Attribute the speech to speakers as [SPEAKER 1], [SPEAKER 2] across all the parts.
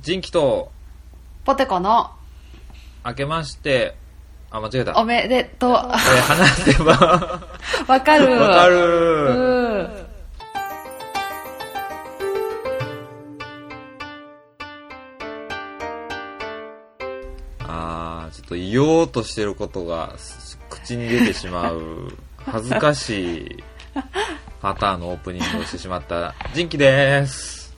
[SPEAKER 1] 人気と、
[SPEAKER 2] ポテコの
[SPEAKER 1] 明けまして、あ、間違えた。
[SPEAKER 2] おめで とう。
[SPEAKER 1] えー話せば、わ
[SPEAKER 2] わかる。
[SPEAKER 1] かる。
[SPEAKER 2] うん。
[SPEAKER 1] あー、ちょっと言おうとしてることが、す口に出てしまう、恥ずかしいパターンのオープニングをしてしまった、人気です。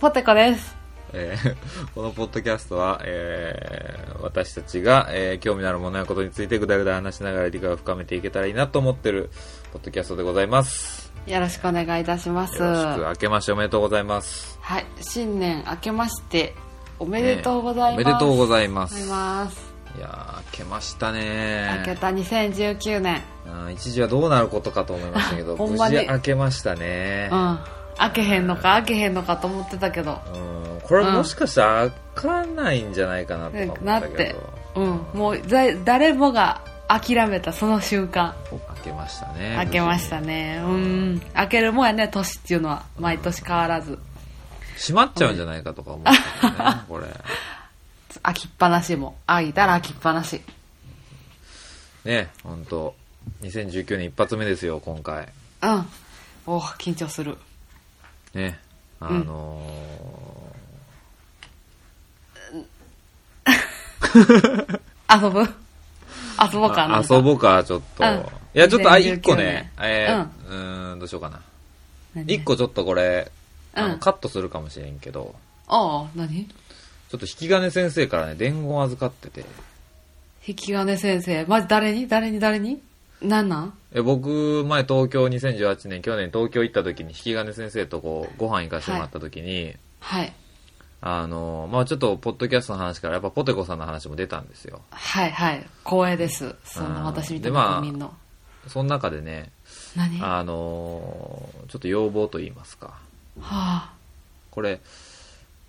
[SPEAKER 2] ポテコです。
[SPEAKER 1] えーこのポッドキャストは、えー私たちが、えー興味のあるものやことについてぐだぐだ話しながら理解を深めていけたらいいなと思ってるポッドキャストでございます。
[SPEAKER 2] よろしくお願いいたします。
[SPEAKER 1] よろしく、
[SPEAKER 2] は
[SPEAKER 1] 明けましておめでとうございます。
[SPEAKER 2] い。新年明けまして、おめでとうございます。
[SPEAKER 1] ねおめでとうご
[SPEAKER 2] い
[SPEAKER 1] ざいます。い
[SPEAKER 2] ます。
[SPEAKER 1] やー、明けました
[SPEAKER 2] 明け
[SPEAKER 1] ね
[SPEAKER 2] た2019年。
[SPEAKER 1] うん一時はどうなることかと思いましたけど、
[SPEAKER 2] ほん
[SPEAKER 1] 無
[SPEAKER 2] ま
[SPEAKER 1] 事
[SPEAKER 2] に
[SPEAKER 1] 明けましたね
[SPEAKER 2] う。ん。開けへんのか開けへんのかと思ってたけど。
[SPEAKER 1] うん、これはもしかしたら開かないんじゃないかなとか思った
[SPEAKER 2] なっ
[SPEAKER 1] け
[SPEAKER 2] て
[SPEAKER 1] ど、。
[SPEAKER 2] うん。もうだ、誰もが諦めたその瞬間。
[SPEAKER 1] 明けましたね。
[SPEAKER 2] 開けましたね。うん。開けるもんやね、年っていうのは。毎年変わらず。
[SPEAKER 1] 閉まっちゃうんじゃないかとか思ったけどね、これ。
[SPEAKER 2] 開きっぱなしも。開いたら開きっぱなし。
[SPEAKER 1] ね、ほんと。2019年一発目ですよ、今回。
[SPEAKER 2] うん。お緊張する。
[SPEAKER 1] ね。あの
[SPEAKER 2] 遊ぶ 遊ぼ
[SPEAKER 1] ー
[SPEAKER 2] うかな。
[SPEAKER 1] あ遊ぼうか、ちょっと。
[SPEAKER 2] うん
[SPEAKER 1] いや、ちょっと、あ、
[SPEAKER 2] 2019
[SPEAKER 1] 1個ね。えー、うーん、どうしようかな。
[SPEAKER 2] 何
[SPEAKER 1] 1個ちょっとこれ、あ
[SPEAKER 2] う
[SPEAKER 1] の
[SPEAKER 2] ん
[SPEAKER 1] カットするかもしれんけど、
[SPEAKER 2] ああ、何
[SPEAKER 1] ちょっと引き金先生からね、伝言を預かってて。
[SPEAKER 2] 引き金先生。まじ誰に誰に誰になんなん
[SPEAKER 1] え僕、前東京2018年、去年東京行った時に引き金先生とこう、ご飯行かせてもらった時に、
[SPEAKER 2] はい。
[SPEAKER 1] あの、まあちょっと、ポッドキャストの話から、やっぱポテコさんの話も出たんですよ。
[SPEAKER 2] はいはい。光栄です。そんな私みたい
[SPEAKER 1] うんでま
[SPEAKER 2] な
[SPEAKER 1] あ
[SPEAKER 2] 国民の。
[SPEAKER 1] その中でね、
[SPEAKER 2] 何は
[SPEAKER 1] あのーちょっと要望と言いますか。
[SPEAKER 2] あ。
[SPEAKER 1] これ、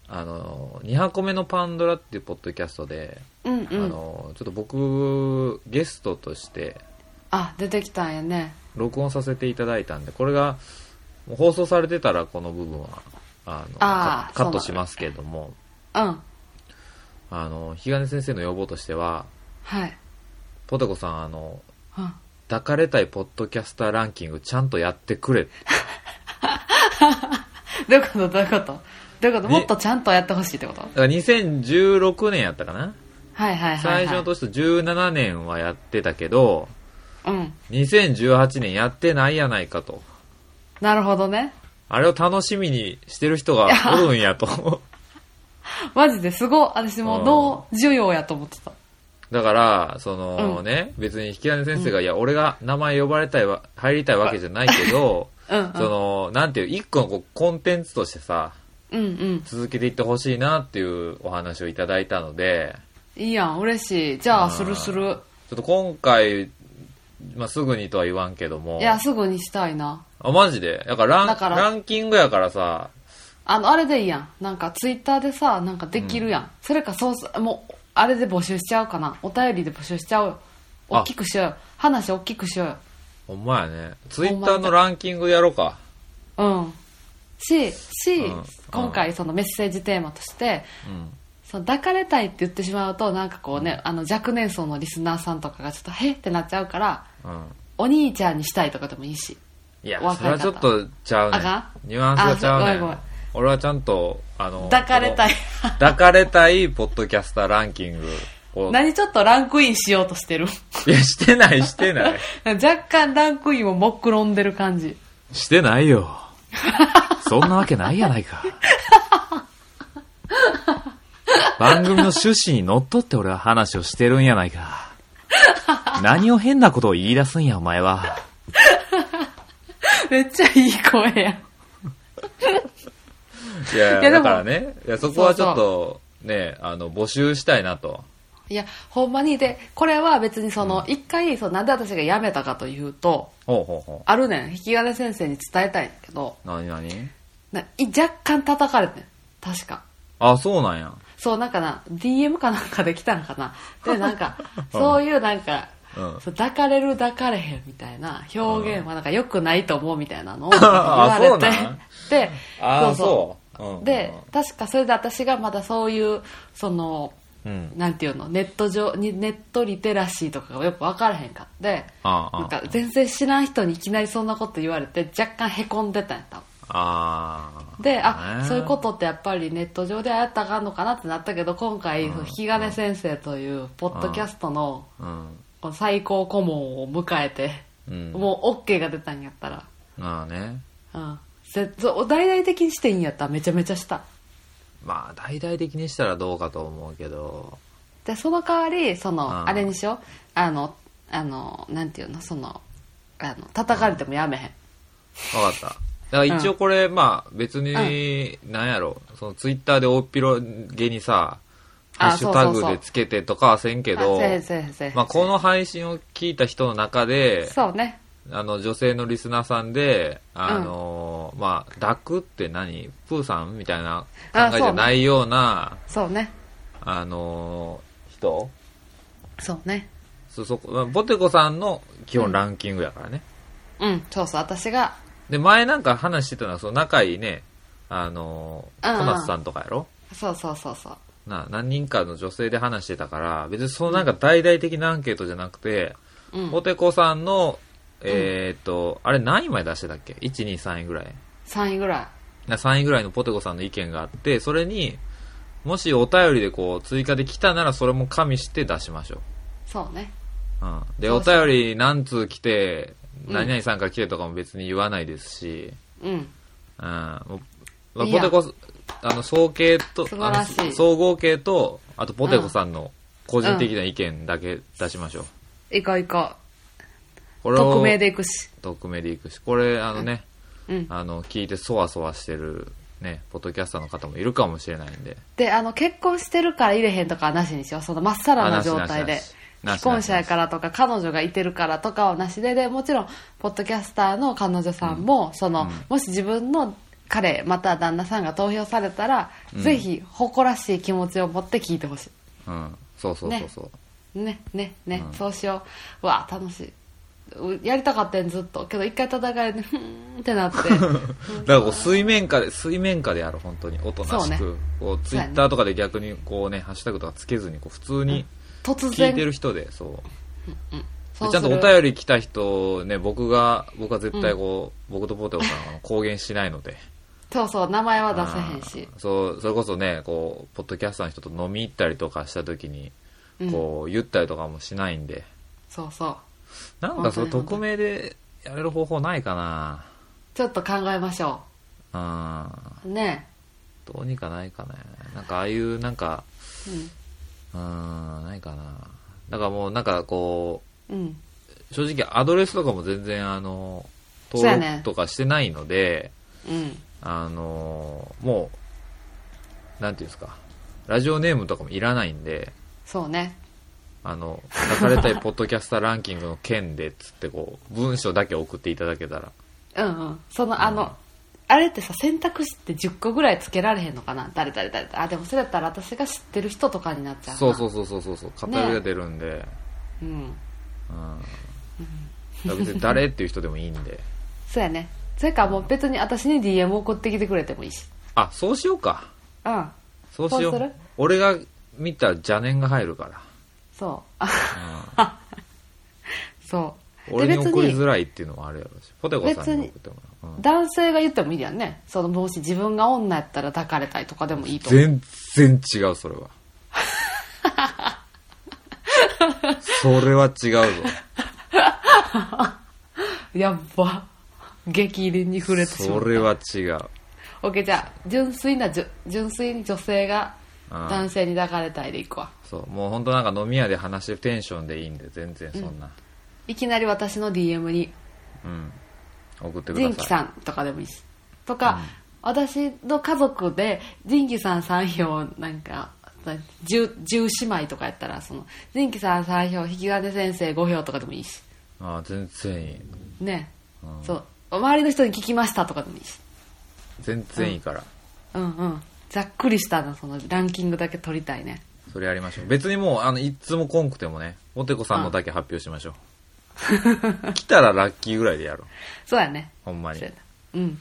[SPEAKER 1] あのー、2箱目のパンドラっていうポッドキャストで、
[SPEAKER 2] うんう
[SPEAKER 1] あ
[SPEAKER 2] ん。
[SPEAKER 1] のーちょっと僕、ゲストとして
[SPEAKER 2] あ、出てきたんやね。
[SPEAKER 1] 録音させていただいたんで、これが、もう放送されてたらこの部分は、あの、
[SPEAKER 2] あー
[SPEAKER 1] カカット
[SPEAKER 2] そ
[SPEAKER 1] し
[SPEAKER 2] うなんだ
[SPEAKER 1] ますけれども、
[SPEAKER 2] うん。
[SPEAKER 1] あの、日金先生の要望としては、
[SPEAKER 2] はい。
[SPEAKER 1] ポテコさん、あの、
[SPEAKER 2] うん。
[SPEAKER 1] 抱かれたいポッドキャスターランキングちゃんとやってくれ。
[SPEAKER 2] どういうことどういうことどういうこ
[SPEAKER 1] ね
[SPEAKER 2] ともっとちゃんとやってほしいってこと
[SPEAKER 1] だから2016年やったかな
[SPEAKER 2] はいはいはい、はい。
[SPEAKER 1] 最初の年と17年はやってたけど、
[SPEAKER 2] うん。
[SPEAKER 1] 2018年やってないやないかと。
[SPEAKER 2] なるほどね。
[SPEAKER 1] あれを楽しみにしてる人がおるんや と。
[SPEAKER 2] マジですごい。私もう脳需要やと思ってた。
[SPEAKER 1] だから、そのね、別に引き金先生が、いや、俺が名前呼ばれたいわ、入りたいわけじゃないけど、
[SPEAKER 2] うんうん
[SPEAKER 1] その、なんていう、一個のこうコンテンツとしてさ、
[SPEAKER 2] うんうん。
[SPEAKER 1] 続けていってほしいなっていうお話をいただいたので、
[SPEAKER 2] いいやん、嬉しい。じゃあ、するする。
[SPEAKER 1] ちょっと今回、まあ、すぐにとは言わんけども。
[SPEAKER 2] いや、すぐにしたいな。
[SPEAKER 1] あ、マジでだからラン
[SPEAKER 2] だから
[SPEAKER 1] ランキングやからさ、
[SPEAKER 2] あの、あれでいいやん。なんか、ツイッターでさ、なんかできるやん。それか、そうす、もう、あれで募集しちゃうかな。お便りで募集しちゃおうよ。
[SPEAKER 1] あ
[SPEAKER 2] 大きくしようよ。話大きくしようよ。
[SPEAKER 1] ほんまやね。ツイ
[SPEAKER 2] ほん
[SPEAKER 1] ッ
[SPEAKER 2] ま
[SPEAKER 1] ター
[SPEAKER 2] や
[SPEAKER 1] のランキングやろうか。
[SPEAKER 2] うん。し、し、
[SPEAKER 1] うん
[SPEAKER 2] 今回そのメッセージテーマとして、
[SPEAKER 1] うん。
[SPEAKER 2] その抱かれたいって言ってしまうと、なんかこうね、あの若年層のリスナーさんとかがちょっと、へってなっちゃうから、
[SPEAKER 1] うん。
[SPEAKER 2] お兄ちゃんにしたいとかでもいいし。
[SPEAKER 1] いや
[SPEAKER 2] お、若い
[SPEAKER 1] それはちょっとちゃうね
[SPEAKER 2] あか。
[SPEAKER 1] ニュアンスがちゃう
[SPEAKER 2] あ
[SPEAKER 1] ね
[SPEAKER 2] そうごめんごめん
[SPEAKER 1] 俺はちゃんと、あの、
[SPEAKER 2] 抱かれたい
[SPEAKER 1] この 抱かれたいポッドキャスターランキングを。い
[SPEAKER 2] 何ちょっとランクインしようとしてる
[SPEAKER 1] や、してない、してない。
[SPEAKER 2] 若干ランクインをもっくろんでる感じ。
[SPEAKER 1] してないよ。そんなわけないやないか。番組の趣旨にのっとって俺は話をしてるんやないか。何を変なことを言い出すんや、お前は。
[SPEAKER 2] めっちゃいい声やん。
[SPEAKER 1] いや、
[SPEAKER 2] いやで
[SPEAKER 1] だ
[SPEAKER 2] も
[SPEAKER 1] からね、いやそこはちょっと、ね、あの、募集したいなと。
[SPEAKER 2] いや、ほんまに、で、これは別にその、一回、そのなんで私が辞めたかというと、
[SPEAKER 1] ほうほうほ
[SPEAKER 2] あるねん、引き金先生に伝えたいんだけど、
[SPEAKER 1] う。なになに
[SPEAKER 2] ない若干叩かれてん。確か。
[SPEAKER 1] あ、そうなんや。
[SPEAKER 2] そう、なんかな、DM かなんかできたの かな。で、なんか、そういうなんか、
[SPEAKER 1] うん
[SPEAKER 2] そう抱かれる抱かれへんみたいな表現はなんか良くないと思うみたいなのを言
[SPEAKER 1] あ
[SPEAKER 2] われ
[SPEAKER 1] そう
[SPEAKER 2] て
[SPEAKER 1] なん、
[SPEAKER 2] で、
[SPEAKER 1] あーそううん
[SPEAKER 2] で、確かそれで私がまだそういう、その、
[SPEAKER 1] うん。
[SPEAKER 2] なんていうの、ネット上、にネットリテラシーとかがよく分からへんかって、
[SPEAKER 1] ああ
[SPEAKER 2] なんか全然知らん人にいきなりそんなこと言われて若干へこんでたんやったの
[SPEAKER 1] ああ。
[SPEAKER 2] で、
[SPEAKER 1] ね
[SPEAKER 2] あ、そういうことってやっぱりネット上でああやったらあかんのかなってなったけど、今回、その引き金先生という、ポッドキャストの
[SPEAKER 1] うん。
[SPEAKER 2] この最高顧問を迎えて、
[SPEAKER 1] うん
[SPEAKER 2] もう OK が出たんやったら、
[SPEAKER 1] まあね。
[SPEAKER 2] うん。せそう大々的にしていいんやったらめちゃめちゃした。
[SPEAKER 1] まあ、大々的にしたらどうかと思うけど。
[SPEAKER 2] でその代わりその、
[SPEAKER 1] うん
[SPEAKER 2] あれにしようあのあのなんていうのそのあの叩かれてもやめへん、
[SPEAKER 1] わかった。だから一応これ、まあ別に、なんやろ、そのツイッターで大っ広げにさ、ハ
[SPEAKER 2] あ
[SPEAKER 1] ッシュタ
[SPEAKER 2] そう
[SPEAKER 1] グ
[SPEAKER 2] そうそう
[SPEAKER 1] でつけてとかはせんけど
[SPEAKER 2] あ、せえせえせえ
[SPEAKER 1] まあこの配信を聞いた人の中で、
[SPEAKER 2] そうね
[SPEAKER 1] あの女性のリスナーさんで、あのーまあ、抱くって何プーさんみたいな考えじゃないような、
[SPEAKER 2] そうね
[SPEAKER 1] あ、のー人
[SPEAKER 2] そうね
[SPEAKER 1] そ、そこ、まあボテコさんの基本ランキングやからね。
[SPEAKER 2] うんそうそう私が
[SPEAKER 1] で、前なんか話してたのは、その仲いいね、あのー
[SPEAKER 2] うんうん
[SPEAKER 1] 小夏さんとかやろ
[SPEAKER 2] そうそうそうそう
[SPEAKER 1] な、何人かの女性で話してたから、別にそのなんか大々的なアンケートじゃなくて、
[SPEAKER 2] うん
[SPEAKER 1] ボテコさんの、えーっと、あれ何位まで出してたっけ ?1、2、3位ぐらい。
[SPEAKER 2] 3位ぐら
[SPEAKER 1] な3位ぐらいのポテコさんの意見があって、それに、もしお便りでこう追加できたならそれも加味して出しましょ
[SPEAKER 2] いそうね
[SPEAKER 1] う。うん。で、
[SPEAKER 2] そ
[SPEAKER 1] お
[SPEAKER 2] うそう
[SPEAKER 1] 便り何通来て、
[SPEAKER 2] うん
[SPEAKER 1] 何々さんから来てとかも別に言わないですし、
[SPEAKER 2] うん
[SPEAKER 1] うん。もうまあ
[SPEAKER 2] いい
[SPEAKER 1] ポ
[SPEAKER 2] や
[SPEAKER 1] テコ、あの、総計と、
[SPEAKER 2] 素晴らしい
[SPEAKER 1] あの総合計と、あとポテコさんの個人的な意見だけ出しましょう。
[SPEAKER 2] いこういこ
[SPEAKER 1] こ
[SPEAKER 2] う
[SPEAKER 1] れを
[SPEAKER 2] 匿名でいくし
[SPEAKER 1] 匿名でいくし、これ、あのね、
[SPEAKER 2] うん
[SPEAKER 1] あの、聞いてそわそわしてる、ね、ポッドキャスターの方もいるかもしれないんで、
[SPEAKER 2] であの結婚してるから入れへんとかはなしにしようそのまっさらな状態
[SPEAKER 1] あなし
[SPEAKER 2] で
[SPEAKER 1] なしなしなし
[SPEAKER 2] 既婚者やからとか彼女がいてるからとかはなしででもちろんポッドキャスターの彼女さんも、そのもし自分の彼または旦那さんが投票されたら、ぜひ誇らしい気持ちを持って聞いてほし
[SPEAKER 1] うん。そうそうそうそう。
[SPEAKER 2] いねねね、そうしよううわ楽しいうやりたかったんずっとけど一回戦えでふーんっ てなって
[SPEAKER 1] だからこう水面下で、水面下でやる、本当に。おとなし
[SPEAKER 2] そ
[SPEAKER 1] く。
[SPEAKER 2] う
[SPEAKER 1] こう、ツイッターとかで逆に、こうね、ハッシュタグとかつけずに、こう、普通に
[SPEAKER 2] 突
[SPEAKER 1] 聞いて
[SPEAKER 2] 然
[SPEAKER 1] る人で、そう。
[SPEAKER 2] そ
[SPEAKER 1] で
[SPEAKER 2] う
[SPEAKER 1] ちゃ
[SPEAKER 2] す
[SPEAKER 1] ん
[SPEAKER 2] る
[SPEAKER 1] とお便り来た人、ね、僕が、僕は絶対こう、僕とポテコさんはあの公言しないの で。
[SPEAKER 2] そうそう名前は出せへんし
[SPEAKER 1] あーそう、それこそね、こう、ポッドキャスターの人と飲み行ったりとかした時に、こう、言ったりとかもしないんで。
[SPEAKER 2] そうそう
[SPEAKER 1] なんかそれ
[SPEAKER 2] 本当に
[SPEAKER 1] 匿名でやれる方法ないかな
[SPEAKER 2] ちょっと考えましょ
[SPEAKER 1] うん。
[SPEAKER 2] うね
[SPEAKER 1] どうにかないかね。なんかああいう、なんか、う
[SPEAKER 2] う
[SPEAKER 1] ーん、ないかな。だからもうなんかこ
[SPEAKER 2] んうん
[SPEAKER 1] う、正直アドレスとかも全然あの、
[SPEAKER 2] そうや
[SPEAKER 1] 登
[SPEAKER 2] ね
[SPEAKER 1] 録とかしてないので、
[SPEAKER 2] うん
[SPEAKER 1] あの、もう、なんていうんですか、ラジオネームとかもいらないんで、
[SPEAKER 2] そうね
[SPEAKER 1] あの、書かれたいポッドキャスターランキングの件で、つってこう、文章だけ送っていただけたら、
[SPEAKER 2] うんうんそのあの、あれってさ選択肢って10個ぐらいつけられへんのかな誰誰誰誰あでもそれやったら私が知ってる人とかになっちゃうな
[SPEAKER 1] そうそうそうそうそうそう、偏りが出るんで、
[SPEAKER 2] ううん
[SPEAKER 1] うん。だから別に誰っていう人でもいいんで。
[SPEAKER 2] そうやねそれかもう別に私に DM 送ってきてくれてもいいし
[SPEAKER 1] あ、そうしようか。
[SPEAKER 2] うん
[SPEAKER 1] そうしよ
[SPEAKER 2] そうす
[SPEAKER 1] う
[SPEAKER 2] る。
[SPEAKER 1] 俺が見たら邪念が入るから。
[SPEAKER 2] そう あそう
[SPEAKER 1] 俺に
[SPEAKER 2] 別
[SPEAKER 1] 送り
[SPEAKER 2] に
[SPEAKER 1] づらいっていうのもあるやろし。ポテコさんに送ってもらう。うん
[SPEAKER 2] 男性が言ってもいいやんねそのもし自分が女やったら抱かれたいとかでもいいと思う
[SPEAKER 1] 全然違う、それ は。それは違うぞ。
[SPEAKER 2] やっば激凛に触れてしま
[SPEAKER 1] そ
[SPEAKER 2] った
[SPEAKER 1] れは違う。
[SPEAKER 2] OK じゃあ純粋なじゅ純粋に女性が
[SPEAKER 1] うん
[SPEAKER 2] 男性に抱かれたいでいくわ
[SPEAKER 1] そう、もう本当なんか飲み屋で話してるテンションでいいんで、全然そんな。
[SPEAKER 2] いきなり私の DM に
[SPEAKER 1] うん。送ってく
[SPEAKER 2] 仁
[SPEAKER 1] だ
[SPEAKER 2] キ
[SPEAKER 1] さい。
[SPEAKER 2] さんとかでもいいしとか、私の家族で仁キさん3票なんか 10, 10姉妹とかやったらその仁キさん3票引き金先生5票とかでもいいし
[SPEAKER 1] ああ、全然いい。
[SPEAKER 2] ね、そう周りの人に聞きましたとかでもいいし
[SPEAKER 1] 全然いいから。
[SPEAKER 2] うんうんざっくりしたなそのランキングだけ取りたいね
[SPEAKER 1] それやりましょう。別にもう、あの、いつもこんくてもね、モテコさんのだけ発表しましょう。 来たらラッキーぐらいでやろう。
[SPEAKER 2] そうやね
[SPEAKER 1] ほんまに
[SPEAKER 2] そう。やなうん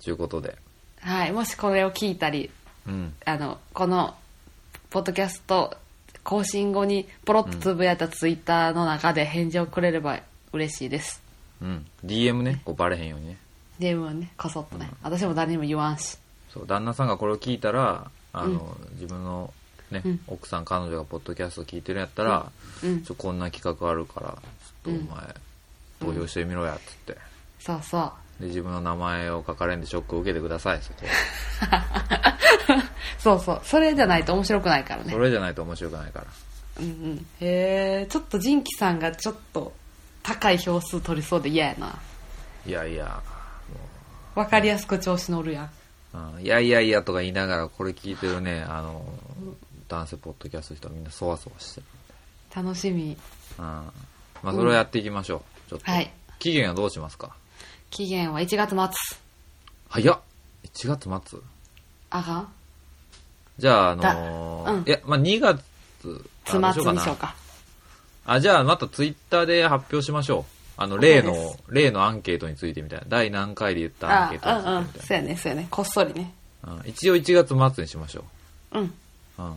[SPEAKER 1] ちゅうことで。
[SPEAKER 2] はい、もしこれを聞いたり
[SPEAKER 1] うん。
[SPEAKER 2] あのこのポッドキャスト更新後にポロッとつぶやいたツイッターの中で返事をくれれば嬉しいです
[SPEAKER 1] うん。DM ね、こうバレへんようにね。
[SPEAKER 2] DM はねこそっとね、私も誰にも言わんし
[SPEAKER 1] そう、旦那さんがこれを聞いたら、あの、自分のね、
[SPEAKER 2] うん
[SPEAKER 1] 奥さん彼女がポッドキャスト聞いてるんやったら、
[SPEAKER 2] うん
[SPEAKER 1] ちょ、こんな企画あるから、ちょっとお前、投票してみろや、っつって。
[SPEAKER 2] そうそう
[SPEAKER 1] で、自分の名前を書かれんでショックを受けてください、そこ。
[SPEAKER 2] そうそうそれじゃないと面白くないからね
[SPEAKER 1] それじゃないと面白くないから。
[SPEAKER 2] うんうんへえちょっと仁キさんがちょっと高い票数取りそうで嫌やない
[SPEAKER 1] やいや、
[SPEAKER 2] わかりやすく調子乗るやん
[SPEAKER 1] うん、いやいやいやとか言いながら、これ聞いてるね、あの、男性ポッドキャストの人はみんなそわそわしてる。
[SPEAKER 2] 楽しみ
[SPEAKER 1] うん。まあ、それをやっていきましょう。ちょっと。
[SPEAKER 2] はい
[SPEAKER 1] 期限はどうしますか
[SPEAKER 2] 期限は1月末
[SPEAKER 1] 早っ !1 月末
[SPEAKER 2] あかん
[SPEAKER 1] じゃあ、あのー
[SPEAKER 2] だうん
[SPEAKER 1] いや、まあ、2月、
[SPEAKER 2] つ
[SPEAKER 1] あ
[SPEAKER 2] ま
[SPEAKER 1] ど
[SPEAKER 2] つ
[SPEAKER 1] うよ
[SPEAKER 2] にしようか
[SPEAKER 1] あ、じゃあ、またツイッターで発表しましょう。あの、例
[SPEAKER 2] そうで
[SPEAKER 1] の、例のアンケートについてみたいな。第何回で言ったアン
[SPEAKER 2] あ
[SPEAKER 1] ケートにつ
[SPEAKER 2] うんうん
[SPEAKER 1] いてみた
[SPEAKER 2] そうやねそうやねこっそりね
[SPEAKER 1] いな。うん一応1月末にしましょ
[SPEAKER 2] うん
[SPEAKER 1] う。うん。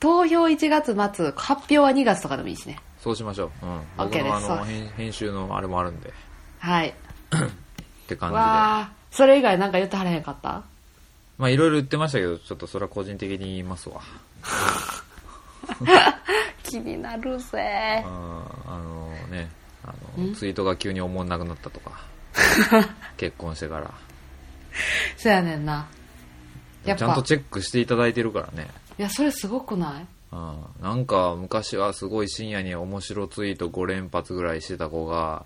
[SPEAKER 2] 投票1月末発表は2月とかでもいいしね
[SPEAKER 1] そうしましょう。うん。
[SPEAKER 2] OK
[SPEAKER 1] 僕のあ
[SPEAKER 2] ですそ
[SPEAKER 1] の、
[SPEAKER 2] う
[SPEAKER 1] 編編集のあれもあるんで。っ
[SPEAKER 2] はい
[SPEAKER 1] て感じで。
[SPEAKER 2] わあそれ以外なんか言ってはらへんかった
[SPEAKER 1] まあ、いろいろ言ってましたけど、ちょっとそれは個人的に言いますわ。
[SPEAKER 2] 気になるぜ
[SPEAKER 1] うんあのね、あの、ツイートが急に思んなくなったと か。結婚してから。
[SPEAKER 2] そうやねんなやっ
[SPEAKER 1] ちゃん
[SPEAKER 2] ぱ
[SPEAKER 1] とチェックしていただいてるからね。
[SPEAKER 2] いやそれすごくない
[SPEAKER 1] うんなんか昔はすごい深夜に面白ツイート5連発ぐらいしてた子が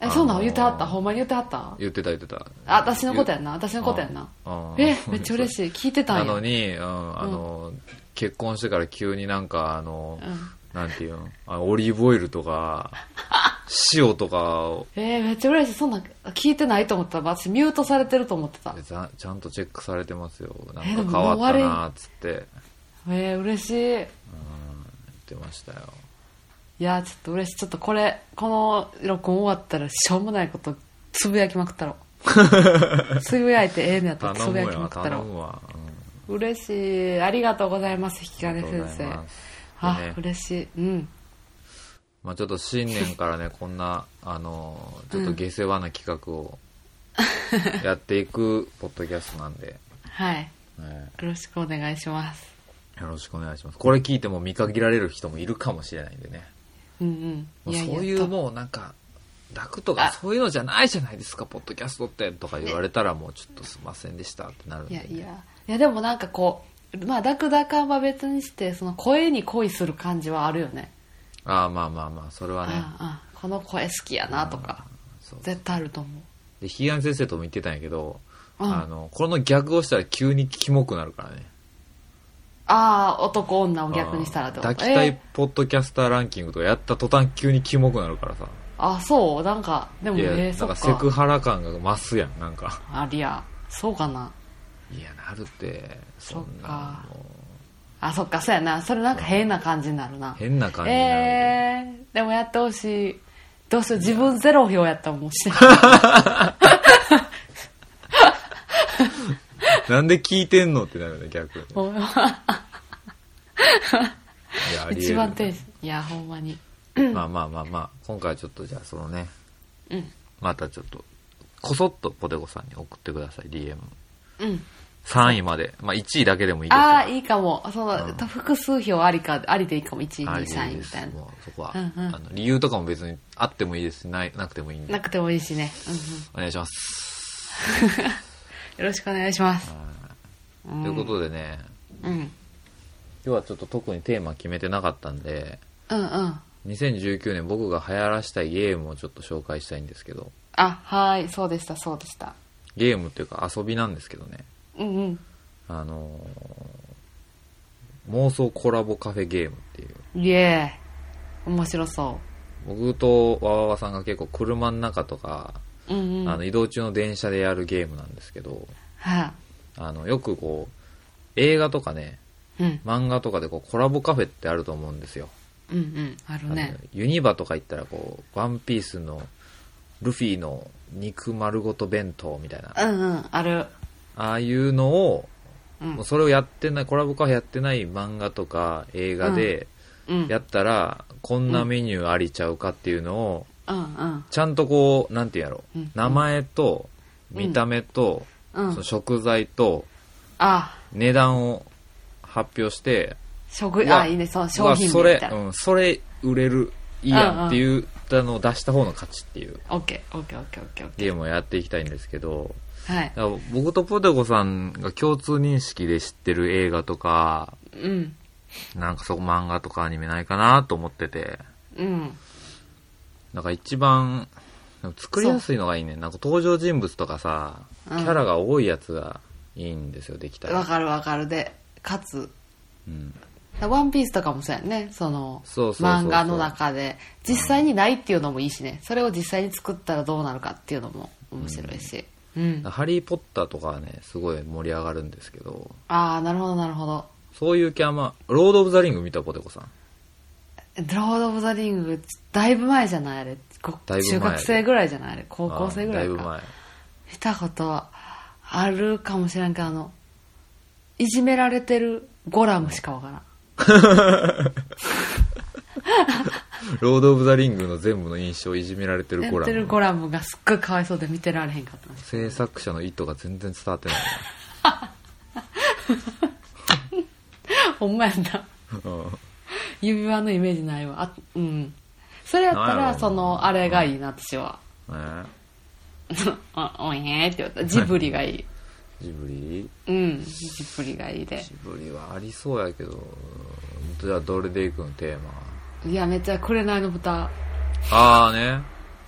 [SPEAKER 2] えそんな
[SPEAKER 1] あ
[SPEAKER 2] ん
[SPEAKER 1] のー
[SPEAKER 2] 言ってはったほんまに言ってはった
[SPEAKER 1] 言ってた言ってた。
[SPEAKER 2] あ私のことやんな私のことやんな
[SPEAKER 1] うん。
[SPEAKER 2] えめっちゃ嬉しい聞いてた
[SPEAKER 1] な
[SPEAKER 2] んや
[SPEAKER 1] のに、うん、あの、結婚してから急になんか、あの、
[SPEAKER 2] う
[SPEAKER 1] なんていうのあのオリーブオイルとか、塩とかを
[SPEAKER 2] えー、めっちゃ嬉しいそんなん聞いてないと思ったら私ミュートされてると思ってた
[SPEAKER 1] ざちゃんとチェックされてますよ。なん
[SPEAKER 2] えで
[SPEAKER 1] か
[SPEAKER 2] も
[SPEAKER 1] 変わった
[SPEAKER 2] もう終
[SPEAKER 1] な
[SPEAKER 2] わ
[SPEAKER 1] ーっつって
[SPEAKER 2] えー、嬉しい
[SPEAKER 1] 言ってましたよ。
[SPEAKER 2] いやーちょっと嬉しいちょっとこれこの録音終わったらしょうもないことつぶやきまくっ たろつぶやいてええのやったら
[SPEAKER 1] 頼
[SPEAKER 2] つぶ
[SPEAKER 1] む
[SPEAKER 2] やきま
[SPEAKER 1] わ、
[SPEAKER 2] くった
[SPEAKER 1] 頼
[SPEAKER 2] ろ
[SPEAKER 1] むわ。うん
[SPEAKER 2] 嬉しいありがとうございます引き
[SPEAKER 1] あり
[SPEAKER 2] 金
[SPEAKER 1] が
[SPEAKER 2] 先
[SPEAKER 1] とうござ
[SPEAKER 2] 生
[SPEAKER 1] い
[SPEAKER 2] あ
[SPEAKER 1] ますでね
[SPEAKER 2] 嬉しいうん
[SPEAKER 1] まあちょっと新年から ね、こんな、あのー、ちょっと下世話な企画 をやっていくポッドキャストなんで、
[SPEAKER 2] はい
[SPEAKER 1] ね
[SPEAKER 2] よろしくお願いします
[SPEAKER 1] よろしくお願いします。これ聞いても見限られる人もいるかもしれないんでね。
[SPEAKER 2] うんう
[SPEAKER 1] もう
[SPEAKER 2] んい
[SPEAKER 1] い
[SPEAKER 2] や
[SPEAKER 1] そうい
[SPEAKER 2] や
[SPEAKER 1] う
[SPEAKER 2] っと
[SPEAKER 1] もうなんか、楽とか
[SPEAKER 2] あ
[SPEAKER 1] そういうのじゃないじゃないですか、ポッドキャストって、とか言われたらもうちょっとすいませんでしたってなるん
[SPEAKER 2] い
[SPEAKER 1] で、
[SPEAKER 2] や
[SPEAKER 1] ね。
[SPEAKER 2] いやいやでもなんかこうまあダクダカは別にしてその声に恋する感じはあるよね
[SPEAKER 1] ああ、まあまあまあ、それはね。
[SPEAKER 2] ああああこの声好きやなとか
[SPEAKER 1] そう
[SPEAKER 2] 絶対あると思
[SPEAKER 1] で、ヒアン先生とも言ってたんやけど、
[SPEAKER 2] うん
[SPEAKER 1] あの、この逆をしたら急にキモくなるからね。
[SPEAKER 2] うああ男女を逆にしたらってこと
[SPEAKER 1] 抱きた
[SPEAKER 2] え
[SPEAKER 1] いポッドキャスターランキングとかやった途端急にキモくなるからさ。
[SPEAKER 2] あそうなんかでも
[SPEAKER 1] いや、
[SPEAKER 2] えー、
[SPEAKER 1] な
[SPEAKER 2] そ
[SPEAKER 1] ん
[SPEAKER 2] っ
[SPEAKER 1] か
[SPEAKER 2] か
[SPEAKER 1] セクハラ感が増すやん、なんか。
[SPEAKER 2] ありゃそうかない
[SPEAKER 1] や、なるって、そんな、もう
[SPEAKER 2] あそっかそうやなそれなんか変な感じになるな
[SPEAKER 1] 変な感じになる、
[SPEAKER 2] ええーでもやってほしいどうしよう自分ゼロ票やったらも うして
[SPEAKER 1] なんで聞いてんのってなるよね、逆に。
[SPEAKER 2] ほんま
[SPEAKER 1] いや、ありえ
[SPEAKER 2] 一
[SPEAKER 1] る
[SPEAKER 2] 番テンションいやほんまに
[SPEAKER 1] まあまあまあまあ、今回はちょっとじゃあそのね、
[SPEAKER 2] うん
[SPEAKER 1] またちょっと、こそっとポテコさんに送ってください、DM。
[SPEAKER 2] うん
[SPEAKER 1] 3位まで。まあ1位だけでもいいですよ。
[SPEAKER 2] ああいいかもその、
[SPEAKER 1] うん
[SPEAKER 2] 複数票ありかありでいいかも1位
[SPEAKER 1] あ
[SPEAKER 2] 2位
[SPEAKER 1] い
[SPEAKER 2] 3
[SPEAKER 1] い
[SPEAKER 2] 位
[SPEAKER 1] で
[SPEAKER 2] み
[SPEAKER 1] す
[SPEAKER 2] たいな
[SPEAKER 1] もうそこは、
[SPEAKER 2] うんうん
[SPEAKER 1] あの理由とかも別にあってもいいですしないなくてもいいんで
[SPEAKER 2] なくてもいいしね、うんうん、
[SPEAKER 1] お願いします
[SPEAKER 2] よろしくお願いします
[SPEAKER 1] ということでね
[SPEAKER 2] うん
[SPEAKER 1] 今日はちょっと特にテーマ決めてなかったんで
[SPEAKER 2] うんうん
[SPEAKER 1] 2019年僕が流行らしたいゲームをちょっと紹介したいんですけど
[SPEAKER 2] あはーいそうでしたそうでした
[SPEAKER 1] ゲームっていうか遊びなんですけどね
[SPEAKER 2] うんうん
[SPEAKER 1] あのー妄想コラボカフェゲームっていう
[SPEAKER 2] イエーイ面白そ
[SPEAKER 1] 僕とわわわさんが結構車の中とか、
[SPEAKER 2] ううんうん
[SPEAKER 1] あの移動中の電車でやるゲームなんですけど
[SPEAKER 2] は
[SPEAKER 1] あのよくこう映画とかね
[SPEAKER 2] いうん
[SPEAKER 1] 漫画とかでこうコラボカフェってあると思うんですよ、
[SPEAKER 2] うんうんあるね
[SPEAKER 1] あのユニバとか行ったらこうワンピースのルフィの肉丸ごと弁当みたいな
[SPEAKER 2] うんうんある
[SPEAKER 1] ああいうのを、
[SPEAKER 2] うん
[SPEAKER 1] もうそれをやってない、コラボカフェやってない漫画とか映画で、
[SPEAKER 2] うん
[SPEAKER 1] やったら、こんなメニューありちゃうかっていうのを、
[SPEAKER 2] うんうん
[SPEAKER 1] ちゃんとこう、なんていうんやろ
[SPEAKER 2] うん、
[SPEAKER 1] 名前と、見た目と、
[SPEAKER 2] う
[SPEAKER 1] そ
[SPEAKER 2] ん
[SPEAKER 1] の食材と、
[SPEAKER 2] あ
[SPEAKER 1] 値段を発表して、
[SPEAKER 2] 食
[SPEAKER 1] うわ
[SPEAKER 2] あいいねそう
[SPEAKER 1] う
[SPEAKER 2] 商
[SPEAKER 1] わ
[SPEAKER 2] 品
[SPEAKER 1] そ
[SPEAKER 2] 名み
[SPEAKER 1] れ
[SPEAKER 2] たい、
[SPEAKER 1] う、
[SPEAKER 2] なん
[SPEAKER 1] それ売れる、いいやんって言ったのを出した方の勝ちっていう
[SPEAKER 2] オッケーオッケーオッケーオッケーオッケ
[SPEAKER 1] ゲームをやっていきたいんですけど、
[SPEAKER 2] ーはい
[SPEAKER 1] だから僕とポテコさんが共通認識で知ってる映画とか、
[SPEAKER 2] うん
[SPEAKER 1] なんかそこ漫画とかアニメないかなと思ってて、
[SPEAKER 2] うん
[SPEAKER 1] なんか一番、作りやすいのがいいね。なんか登場人物とかさ、キ
[SPEAKER 2] うん
[SPEAKER 1] ャラが多いやつがいいんですよ、できた
[SPEAKER 2] わ
[SPEAKER 1] ら。
[SPEAKER 2] かるわかるでかつ
[SPEAKER 1] うん。
[SPEAKER 2] ワンピースとかもそうやんね。その、
[SPEAKER 1] そうそうそうそう
[SPEAKER 2] 漫画の中で。実際にないっていうのもいいしね。それを実際に作ったらどうなるかっていうのも面白いし。うん。
[SPEAKER 1] ハリー・ポッターとかはね、すごい盛り上がるんですけど、
[SPEAKER 2] ああ、なるほど、なるほど。
[SPEAKER 1] そういうキャマ、ロード・オブ・ザ・リング見たポテコさん。
[SPEAKER 2] ロード・オブ・ザ・リング、だいぶ前じゃないあれ。こ
[SPEAKER 1] だいぶ前
[SPEAKER 2] 中学生ぐらいじゃないあれ。高校生ぐらい
[SPEAKER 1] あーだいぶ
[SPEAKER 2] か。
[SPEAKER 1] 前。
[SPEAKER 2] 見たことはあるかもしれんけど、あの、いじめられてるゴラムしかわからん。
[SPEAKER 1] ロード・オブ・ザ・リングの全部の印象をいじめられてる
[SPEAKER 2] や
[SPEAKER 1] コラ
[SPEAKER 2] っ
[SPEAKER 1] ム
[SPEAKER 2] てるゴラムがすっごいかわいそうで見てられへんかったな
[SPEAKER 1] 制作者の意図が全然伝わってない
[SPEAKER 2] ほんまやな。 指輪のイメージないわあうんそれやった
[SPEAKER 1] なんや
[SPEAKER 2] ら
[SPEAKER 1] ろ
[SPEAKER 2] そのあれがいいな私は
[SPEAKER 1] な。ね
[SPEAKER 2] 「あ おいへ」って言ったジブリがいい
[SPEAKER 1] ジブリ
[SPEAKER 2] うんジブリがいいで
[SPEAKER 1] ジブリはありそうやけど、じゃあどれでいくんテーマ。
[SPEAKER 2] いやめっちゃ「紅の豚
[SPEAKER 1] ああね。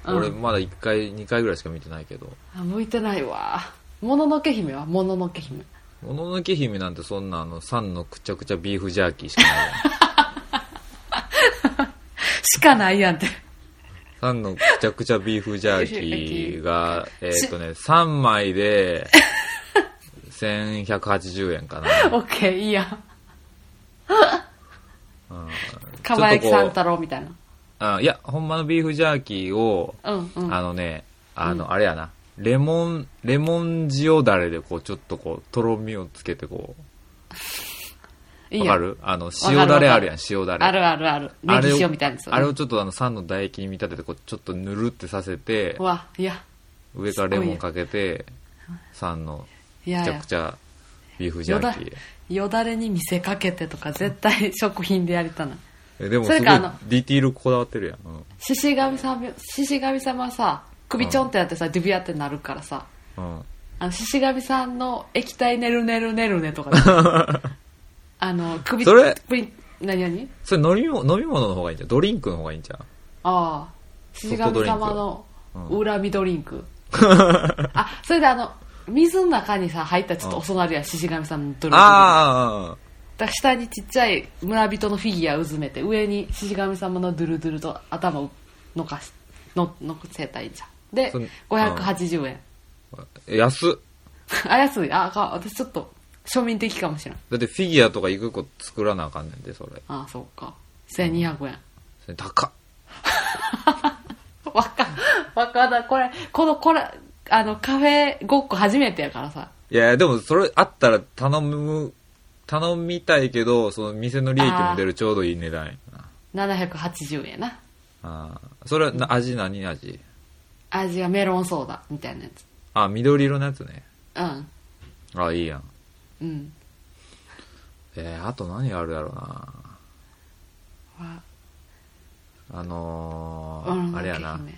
[SPEAKER 2] うん
[SPEAKER 1] 俺まだ1回、2回ぐらいしか見てないけど。」
[SPEAKER 2] あ向いてないわ「もののけ姫」は「もののけ姫
[SPEAKER 1] もののけ姫なんてそんなあの、サンのくちゃくちゃビーフジャーキーしかないや ん。」
[SPEAKER 2] しかないやん って
[SPEAKER 1] サンのくちゃくちゃビーフジャーキーが、 えーっとね、3枚 で、1180円かな。
[SPEAKER 2] オッケーいいやん
[SPEAKER 1] うん
[SPEAKER 2] かばやきさ
[SPEAKER 1] ちょっ
[SPEAKER 2] ん
[SPEAKER 1] とこ
[SPEAKER 2] 太郎みたいな
[SPEAKER 1] うあいや、ほんまのビーフジャーキーを、
[SPEAKER 2] うんうん
[SPEAKER 1] あのね、あの、あれやな、レモン、レモン塩だれでこう、ちょっとこう、とろみをつけてこ、
[SPEAKER 2] いうい
[SPEAKER 1] わ
[SPEAKER 2] や
[SPEAKER 1] か
[SPEAKER 2] ん
[SPEAKER 1] るあの、
[SPEAKER 2] かる
[SPEAKER 1] 塩だれ
[SPEAKER 2] わかる
[SPEAKER 1] あるやん、塩だれ。
[SPEAKER 2] あるあるあるネ
[SPEAKER 1] あれを
[SPEAKER 2] ギ塩みたいなやつ
[SPEAKER 1] あれをちょっとあの、酸の唾液に見立てて、こう、ちょっとぬるってさせて
[SPEAKER 2] う、わいや
[SPEAKER 1] 上からレモンかけて、酸の、
[SPEAKER 2] い
[SPEAKER 1] く
[SPEAKER 2] やい
[SPEAKER 1] ちゃ
[SPEAKER 2] や
[SPEAKER 1] くちゃ、ビーフジャ
[SPEAKER 2] よだ
[SPEAKER 1] ーキー。
[SPEAKER 2] よだれに見せかけてとか絶対食品でやりたない
[SPEAKER 1] えでも、
[SPEAKER 2] そ
[SPEAKER 1] すごい、
[SPEAKER 2] れ
[SPEAKER 1] デ
[SPEAKER 2] かあの
[SPEAKER 1] ィティールこだわってるやん。うん
[SPEAKER 2] 獅子神様獅子神様はさ首ちょんってやってさ、デュビアってなるからさ
[SPEAKER 1] うん。
[SPEAKER 2] あの獅子神さんの液体ねるねるねるねとか あの首
[SPEAKER 1] それ
[SPEAKER 2] プリン何何
[SPEAKER 1] それ飲み物、飲み物の方がいいんじゃんドリンクの方がいいんじゃん
[SPEAKER 2] ああ獅子神様の
[SPEAKER 1] う
[SPEAKER 2] 恨みドリンク、 あそれであの水の中にさ入ったらちょっと遅なるやん獅子神さんのドリンクだ
[SPEAKER 1] ああ、
[SPEAKER 2] から下にちっちゃい村人のフィギュアうずめて上に獅子神様のドゥルドゥルと頭をのかしののせたいんじゃんで
[SPEAKER 1] そん
[SPEAKER 2] 580円、
[SPEAKER 1] 安っ。
[SPEAKER 2] あやすいあか私ちょっと庶民的かもしれん
[SPEAKER 1] だってフィギュアとか一個一個作らなあかんねんで、それ。
[SPEAKER 2] ああそうか1200円
[SPEAKER 1] それ高っ。
[SPEAKER 2] わかわかんないこれこのこれあのカフェごっこ初めてやからさ
[SPEAKER 1] いや、でもそれあったら頼む、頼みたいけど、その店の利益も出るちょうどいい値段やな。
[SPEAKER 2] 780円やな
[SPEAKER 1] あーそれはな味何味
[SPEAKER 2] 味はメロンソーダみたいなやつ
[SPEAKER 1] あ、緑色のやつね。
[SPEAKER 2] うん
[SPEAKER 1] あ、いいやん。
[SPEAKER 2] うん
[SPEAKER 1] えー、あと何があるやろうな。
[SPEAKER 2] わ
[SPEAKER 1] あの
[SPEAKER 2] わら
[SPEAKER 1] ー、
[SPEAKER 2] の
[SPEAKER 1] あれやな
[SPEAKER 2] け。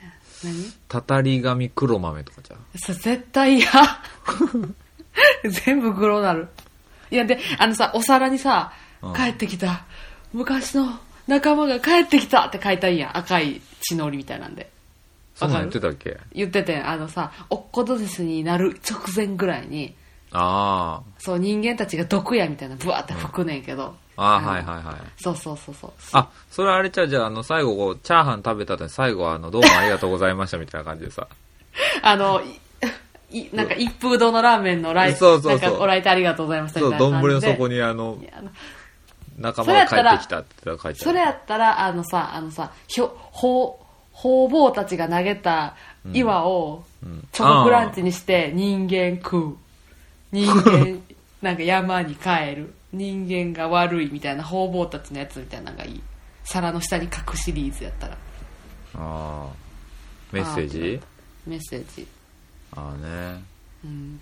[SPEAKER 2] 姫何
[SPEAKER 1] たたり紙黒豆とかじゃん。
[SPEAKER 2] それ絶対嫌 全部黒なるいやであのさお皿にさ
[SPEAKER 1] うん
[SPEAKER 2] 「帰ってきた、昔の仲間が帰ってきた」って書いたんやん赤い血のりみたいなんで
[SPEAKER 1] そんなんやってたっけ
[SPEAKER 2] 言っててんあのさおっことですになる直前ぐらいに
[SPEAKER 1] あ
[SPEAKER 2] そう人間たちが毒やみたいなブワーって吹くねんけど、
[SPEAKER 1] あ。ああ、
[SPEAKER 2] の
[SPEAKER 1] はいはいはい。
[SPEAKER 2] そうそうそうそう
[SPEAKER 1] あ、それあれちゃう、じゃあ、あの、最後こう、チャーハン食べた後に最後は、あの、どうもありがとうございましたみたいな感じでさ。
[SPEAKER 2] あのいいなんか一風堂のラーメンのライ
[SPEAKER 1] そうそうそう
[SPEAKER 2] なんかご来店ありがとうございましたみ
[SPEAKER 1] そ
[SPEAKER 2] た
[SPEAKER 1] う、
[SPEAKER 2] いな感
[SPEAKER 1] 丼
[SPEAKER 2] じで
[SPEAKER 1] の底に、あの
[SPEAKER 2] い、やあの
[SPEAKER 1] 仲間が帰ってきたって書いてある。
[SPEAKER 2] それやったらあのさあのさひょほう方々たちが投げた岩を
[SPEAKER 1] ん
[SPEAKER 2] チョコクランチにして人間食う、人 間なんか山に帰る人間が悪いみたいな方々たちのやつみたいなのがいい皿の下に書くシリーズやったら
[SPEAKER 1] あーメッセージ
[SPEAKER 2] メッセージ
[SPEAKER 1] ああね
[SPEAKER 2] うん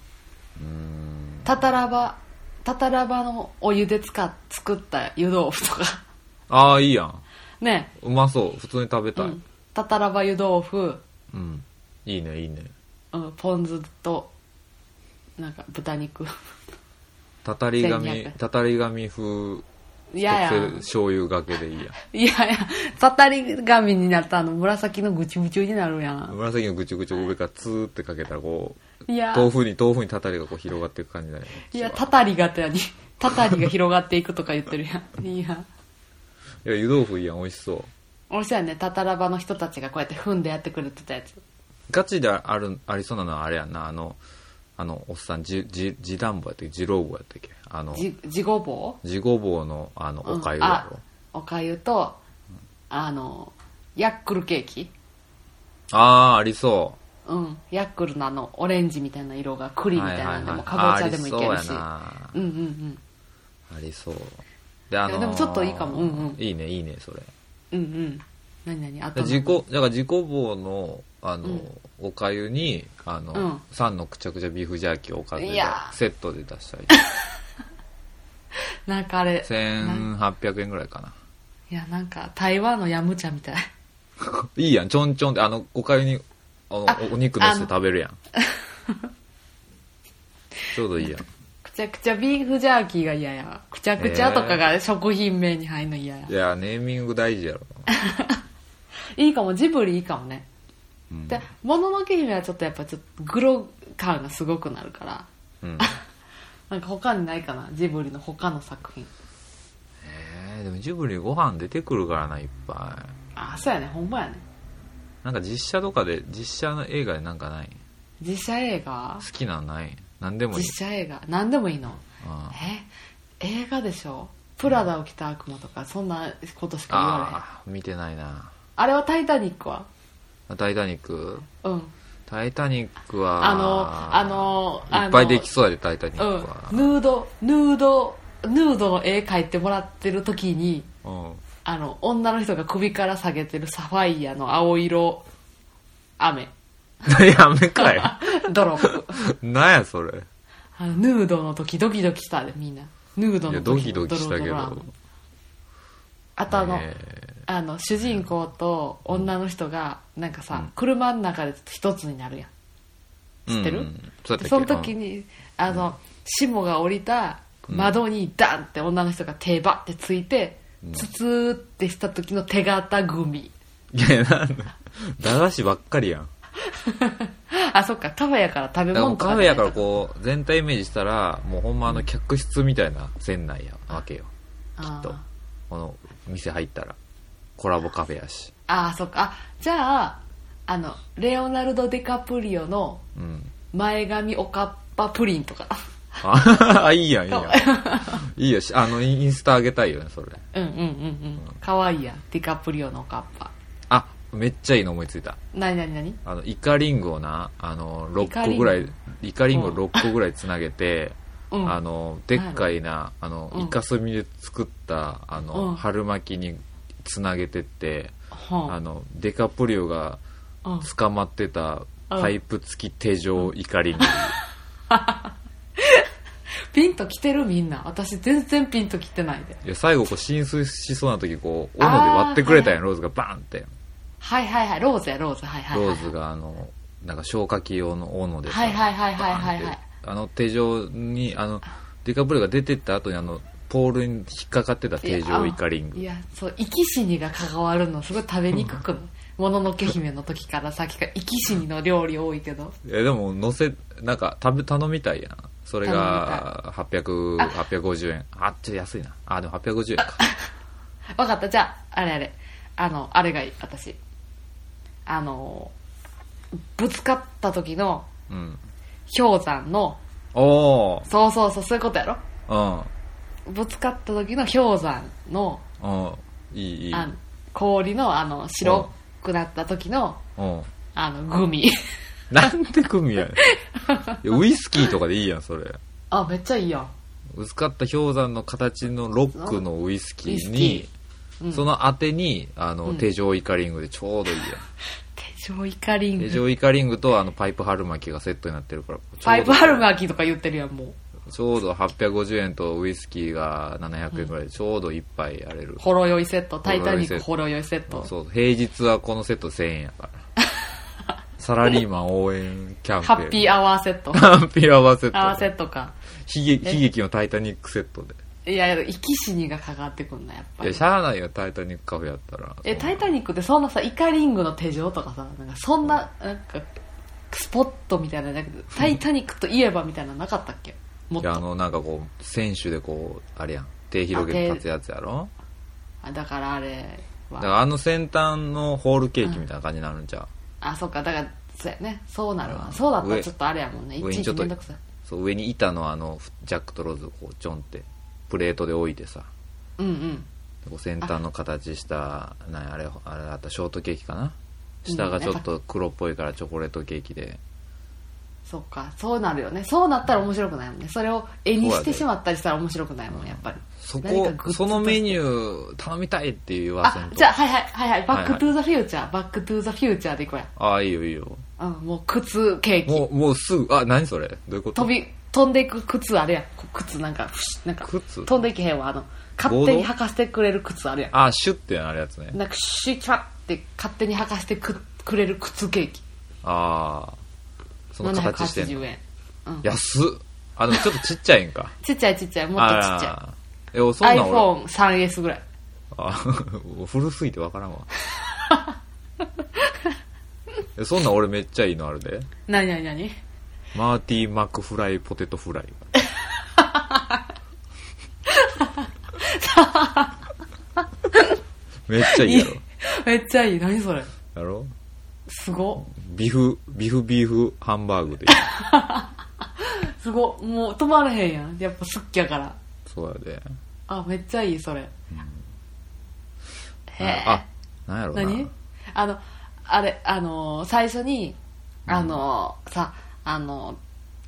[SPEAKER 1] うーん
[SPEAKER 2] たたらばたたらばのお湯で使っ作った湯豆腐とか
[SPEAKER 1] ああいいやん
[SPEAKER 2] ね
[SPEAKER 1] うまそう普通に食べ
[SPEAKER 2] う
[SPEAKER 1] たい、うん
[SPEAKER 2] ん、たたらば湯豆腐、
[SPEAKER 1] いいねいいね
[SPEAKER 2] うん、ポン酢となんか豚 肉
[SPEAKER 1] たたり紙
[SPEAKER 2] 1200
[SPEAKER 1] たたり紙風
[SPEAKER 2] いやや
[SPEAKER 1] 特製醤油がけでいいや
[SPEAKER 2] いやいやたたり紙になったあの紫のぐちゅぐちゅになるや
[SPEAKER 1] ん
[SPEAKER 2] ん
[SPEAKER 1] 紫のぐちゅぐちゅ上からツーってかけたらこう
[SPEAKER 2] いや
[SPEAKER 1] 豆腐に豆腐にたたりがこう広がっていく感じだよね
[SPEAKER 2] いやたたりがって何たたりが広がっていくとか言ってるやん いや
[SPEAKER 1] いや湯豆腐いいやん美味しそう
[SPEAKER 2] おしゃねたたらばの人たちがこうやって踏んでやってくれてたやつ
[SPEAKER 1] ガチであるありそうなのはあれやんなあのあのおっさんじじじだんぼやったっけじろうぼやったっけあの
[SPEAKER 2] じ地ごぼ
[SPEAKER 1] じごぼうのあの
[SPEAKER 2] う
[SPEAKER 1] おかゆ
[SPEAKER 2] うん
[SPEAKER 1] や
[SPEAKER 2] あ
[SPEAKER 1] ろ、
[SPEAKER 2] おかゆとあのヤックルケーキ
[SPEAKER 1] ああーありそう
[SPEAKER 2] うんヤックルのあのオレンジみたいな色が栗みたいなのでもかぼちゃでもいけるし
[SPEAKER 1] あ
[SPEAKER 2] うんうんうん
[SPEAKER 1] りそうやなありそうであのー
[SPEAKER 2] いやでもちょっといいかもうんうん
[SPEAKER 1] いいねいいねそれ
[SPEAKER 2] うんうん何何あ
[SPEAKER 1] で
[SPEAKER 2] との
[SPEAKER 1] 自己だから自己棒のあの、
[SPEAKER 2] うん
[SPEAKER 1] おかゆにあの、
[SPEAKER 2] うん
[SPEAKER 1] 三のくちゃくちゃビーフジャーキーをおかずで
[SPEAKER 2] いや
[SPEAKER 1] セットで出 したり
[SPEAKER 2] なんかあれ
[SPEAKER 1] 1800円ぐらいかない
[SPEAKER 2] やなんか台湾のヤムチャみたい
[SPEAKER 1] いいやんちょんちょんってあのおかゆにあの
[SPEAKER 2] あ
[SPEAKER 1] お肉のせて食べる やんちょうどいいやん
[SPEAKER 2] くちゃくちゃビーフジャーキーが嫌やくちゃくちゃとかが食品名に入るの嫌や
[SPEAKER 1] いやネーミング大事やろ
[SPEAKER 2] いいかもジブリいいかもね
[SPEAKER 1] うん
[SPEAKER 2] で「もののけ姫」はちょっとやっぱちょっとグロ感がすごくなるから
[SPEAKER 1] うん
[SPEAKER 2] なんか他にないかなジブリの他の作品
[SPEAKER 1] えーでもジブリご飯出てくるからないっぱい
[SPEAKER 2] あそうやねほんまやね
[SPEAKER 1] なんか実写とかで実写の映画でなんかない
[SPEAKER 2] 実写映画
[SPEAKER 1] 好きなんないなんでもいい
[SPEAKER 2] 実写映画何でもいいの
[SPEAKER 1] あ
[SPEAKER 2] え映画でしょ「プラダを着た悪魔」とかそんなことしか言われへんあ
[SPEAKER 1] あー見てないな
[SPEAKER 2] れは「タイタニックは」
[SPEAKER 1] タイタニック
[SPEAKER 2] うん
[SPEAKER 1] タイタニックは
[SPEAKER 2] あのあのあの
[SPEAKER 1] いっぱいできそうやでタイタニックは
[SPEAKER 2] うん、ヌードヌードヌードの絵描いてもらってる時に
[SPEAKER 1] うん、
[SPEAKER 2] あの女の人が首から下げてるサファイアの青色雨
[SPEAKER 1] やめかい
[SPEAKER 2] ドロップ
[SPEAKER 1] なんやそれ
[SPEAKER 2] あのヌードの時ドキドキしたでみんなヌード
[SPEAKER 1] いや
[SPEAKER 2] の
[SPEAKER 1] ド
[SPEAKER 2] 時
[SPEAKER 1] キドキしたけ
[SPEAKER 2] ドロドロ
[SPEAKER 1] ど
[SPEAKER 2] 雨あとあの,、
[SPEAKER 1] ね
[SPEAKER 2] あの主人公と女の人がなんかさ、
[SPEAKER 1] うん
[SPEAKER 2] 車の中でちょっと一つになるやん知ってる
[SPEAKER 1] うんそうやったっけ
[SPEAKER 2] でその時に、あの霜が降りた窓にダンって女の人が手ばってついて、
[SPEAKER 1] うん
[SPEAKER 2] ツツーってした時の手形グミ
[SPEAKER 1] うんいやなんだ駄菓子ばっかりやん
[SPEAKER 2] あそっかカフェやから食べ
[SPEAKER 1] だからも
[SPEAKER 2] 物
[SPEAKER 1] う
[SPEAKER 2] と
[SPEAKER 1] カ
[SPEAKER 2] か
[SPEAKER 1] フェ
[SPEAKER 2] じゃ
[SPEAKER 1] や か
[SPEAKER 2] ない
[SPEAKER 1] らこう全体イメージしたらもうほんまあの客室みたいな船内やわけよ
[SPEAKER 2] あ
[SPEAKER 1] と
[SPEAKER 2] ー
[SPEAKER 1] この店入ったらコラボカフェやし
[SPEAKER 2] あーそっかあじゃああのレオナルド・ディカプリオの
[SPEAKER 1] うん
[SPEAKER 2] 前髪おかっぱプリンとか
[SPEAKER 1] あ いいやんいいやんいいよしあのインインスタあげたいよねそれ
[SPEAKER 2] うんうんうんうんかわいいやんディカプリオのおかっぱ
[SPEAKER 1] あめっちゃいいの思いついた
[SPEAKER 2] なになになに
[SPEAKER 1] あのイカリンゴをなあの6
[SPEAKER 2] カリン
[SPEAKER 1] 個
[SPEAKER 2] ゴ
[SPEAKER 1] ぐらいイカリンゴ
[SPEAKER 2] うん
[SPEAKER 1] 6個ぐらいつなげて、
[SPEAKER 2] うん
[SPEAKER 1] あのでっかいなあの、
[SPEAKER 2] うん
[SPEAKER 1] イカスミで作ったあの、
[SPEAKER 2] うん
[SPEAKER 1] 春巻きにつなげてって、
[SPEAKER 2] ほ
[SPEAKER 1] あ
[SPEAKER 2] ん
[SPEAKER 1] のデカプリオが
[SPEAKER 2] うん
[SPEAKER 1] 捕まってたパイプ付き手錠イカリンゴ、
[SPEAKER 2] ピンときてるみんな私全然ピンときてないで
[SPEAKER 1] いや最後こう浸水しそうな時こう斧で割ってくれたやんローズがバーンって
[SPEAKER 2] はいはいはいローズやローズはいはい
[SPEAKER 1] ロ
[SPEAKER 2] はい
[SPEAKER 1] ーズがあのなんか消火器用の斧でさ
[SPEAKER 2] はいはいはいはいはいはい
[SPEAKER 1] バーンってあの手錠にあのディカプリオが出てった後にあのポールに引っかかってた手錠イカリン
[SPEAKER 2] い
[SPEAKER 1] グ
[SPEAKER 2] やそう生き死にが関わるのすごい食べにくくないもののけ姫の時から先から生き死にの料理多いけど
[SPEAKER 1] いやでも乗せなんか食べ頼みたいやんそれが800
[SPEAKER 2] あ
[SPEAKER 1] 850円あっちょっと安いなあでも850円か
[SPEAKER 2] わかったじゃああれあれあのあれがいい私あのぶつかった時の
[SPEAKER 1] うん
[SPEAKER 2] 氷山の
[SPEAKER 1] おー
[SPEAKER 2] そうそうそうそういうことやろ
[SPEAKER 1] うん
[SPEAKER 2] ぶつかった時の氷山の
[SPEAKER 1] うんいいいい
[SPEAKER 2] あの氷のあの白くなった時の
[SPEAKER 1] うん
[SPEAKER 2] あのグミ
[SPEAKER 1] なんで組やねんいやウイスキーとかでいいやんそれ
[SPEAKER 2] あめっちゃいいやん
[SPEAKER 1] 薄かった氷山の形のロックのウイスキー
[SPEAKER 2] ウイ
[SPEAKER 1] に
[SPEAKER 2] ス、キーうん
[SPEAKER 1] その当てにあの、
[SPEAKER 2] うん
[SPEAKER 1] 手錠イカリングでちょうどいい や
[SPEAKER 2] 手錠イカリン
[SPEAKER 1] 手
[SPEAKER 2] グ
[SPEAKER 1] 錠イカリングとあのパイプ春巻きがセットになってるから
[SPEAKER 2] パイプ春
[SPEAKER 1] 巻
[SPEAKER 2] 巻きとか言ってるやんもう
[SPEAKER 1] きちょうど850円とウイスキーが700円ぐらいでちょうど一杯やれる、
[SPEAKER 2] ほろ酔いセットタイタニック
[SPEAKER 1] ほ
[SPEAKER 2] ほろ酔いセット
[SPEAKER 1] そう平日はこのセット1000円やから サラリーマン応援キャンペー
[SPEAKER 2] ハ
[SPEAKER 1] ン
[SPEAKER 2] ッピーアワーセッ ト
[SPEAKER 1] ハッピーアワーセット
[SPEAKER 2] アワーセットか
[SPEAKER 1] 悲劇悲劇のタイタニックセットで
[SPEAKER 2] いや生き死にがかかってくんなやっぱ
[SPEAKER 1] いや
[SPEAKER 2] り
[SPEAKER 1] しゃあないよタイタニックカフェやったら
[SPEAKER 2] え「タイタニック」ってそんなさイカリングの手錠とかさなんかそんななんかスポットみたいなのじゃなくて「タイタニック」といえばみたいなのなかったっけもっ
[SPEAKER 1] いやあ
[SPEAKER 2] と
[SPEAKER 1] のなんかこう選手でこうあれやん手広げて立つやつやろ
[SPEAKER 2] あだからあれ
[SPEAKER 1] だか
[SPEAKER 2] は
[SPEAKER 1] らあの先端のホールケーキみたいな感じになるんちゃう、
[SPEAKER 2] あそっかだからそうやねそうなる
[SPEAKER 1] う
[SPEAKER 2] わ
[SPEAKER 1] ん
[SPEAKER 2] そうだったらちょっとあれやもんねい
[SPEAKER 1] 上
[SPEAKER 2] ち
[SPEAKER 1] に
[SPEAKER 2] い
[SPEAKER 1] ちょ
[SPEAKER 2] ち
[SPEAKER 1] っと
[SPEAKER 2] めんどくさい
[SPEAKER 1] そう上に板のあのジャックとローズをこうちょんってプレートで置いてさ
[SPEAKER 2] うんうん
[SPEAKER 1] こう先端の形したなんやあれあれあったショートケーキかな下がちょっと黒っぽいからチョコレートケーキで
[SPEAKER 2] そっかそうなるよねそうなったら面白くないもんねそれを絵にしてしまったりしたら面白くないもんやっぱり
[SPEAKER 1] そ
[SPEAKER 2] 何か
[SPEAKER 1] こ
[SPEAKER 2] グッズ
[SPEAKER 1] そ
[SPEAKER 2] と
[SPEAKER 1] のメニュー頼みたいって言わせん
[SPEAKER 2] あ
[SPEAKER 1] と
[SPEAKER 2] じゃあはいはいはいはいバッ
[SPEAKER 1] はいはい
[SPEAKER 2] クトゥーザフューチャーバックトゥーザフューチャーでいこうや
[SPEAKER 1] ああいいよいいよ
[SPEAKER 2] うんもう靴ケーキ
[SPEAKER 1] もうもうすぐあ何それどういうこと
[SPEAKER 2] 飛び飛んでいく靴あるやんこう靴なんかふしなんか
[SPEAKER 1] 靴
[SPEAKER 2] 飛んでいけへんわあの勝手に履かせてくれる靴あるや
[SPEAKER 1] ああシュッてなるやつね
[SPEAKER 2] んなんかシュッキャッて勝手に履かせてくくれる靴ケーキ
[SPEAKER 1] ああその形してんの
[SPEAKER 2] 780円、うん、
[SPEAKER 1] 安っあでもちょっとちっちゃいんか
[SPEAKER 2] ちっちゃいちっちゃいもっとちっちゃ
[SPEAKER 1] あらえおそん
[SPEAKER 2] い
[SPEAKER 1] なん俺
[SPEAKER 2] iPhone3S ぐらい
[SPEAKER 1] あ 古すぎてわからんわえそんなん俺めっちゃいいのあるで
[SPEAKER 2] 何何何
[SPEAKER 1] マーティー・マックフライポテトフライめっちゃいいやろ
[SPEAKER 2] めっちゃいい何それ
[SPEAKER 1] やろ
[SPEAKER 2] すご
[SPEAKER 1] ビフビフビーフハンバーグでいい
[SPEAKER 2] すごもう止まれへんやんやっぱすっきやから
[SPEAKER 1] そうやで
[SPEAKER 2] あめっちゃいいそれ、へえ
[SPEAKER 1] あなんやろうな
[SPEAKER 2] 何あのあれあのー最初にあのーさあの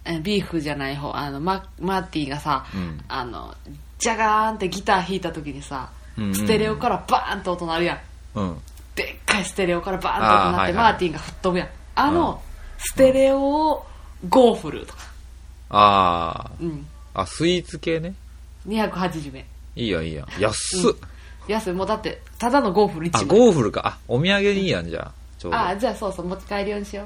[SPEAKER 2] ーえビーフじゃない方あのママーティがさ、
[SPEAKER 1] うん
[SPEAKER 2] あのジャガーンってギター弾いた時にさ、
[SPEAKER 1] うんうんうん
[SPEAKER 2] ステレオからバーンと音鳴るやん
[SPEAKER 1] うん
[SPEAKER 2] でっかいステレオからバーンと音鳴っ
[SPEAKER 1] あー
[SPEAKER 2] て、
[SPEAKER 1] はいはい
[SPEAKER 2] マーティンが吹っ飛ぶやんあの、
[SPEAKER 1] うん
[SPEAKER 2] ステレオをゴーフルとか、
[SPEAKER 1] あ
[SPEAKER 2] うん、
[SPEAKER 1] ああスイーツ系ね
[SPEAKER 2] 280円
[SPEAKER 1] いいやんいいやん安っ、
[SPEAKER 2] 安いもうだってただのゴーフル
[SPEAKER 1] あ
[SPEAKER 2] 1枚
[SPEAKER 1] ゴーフルかあお土産にいいやんじゃあちょう
[SPEAKER 2] あじゃあそうそう持ち帰り用にしよ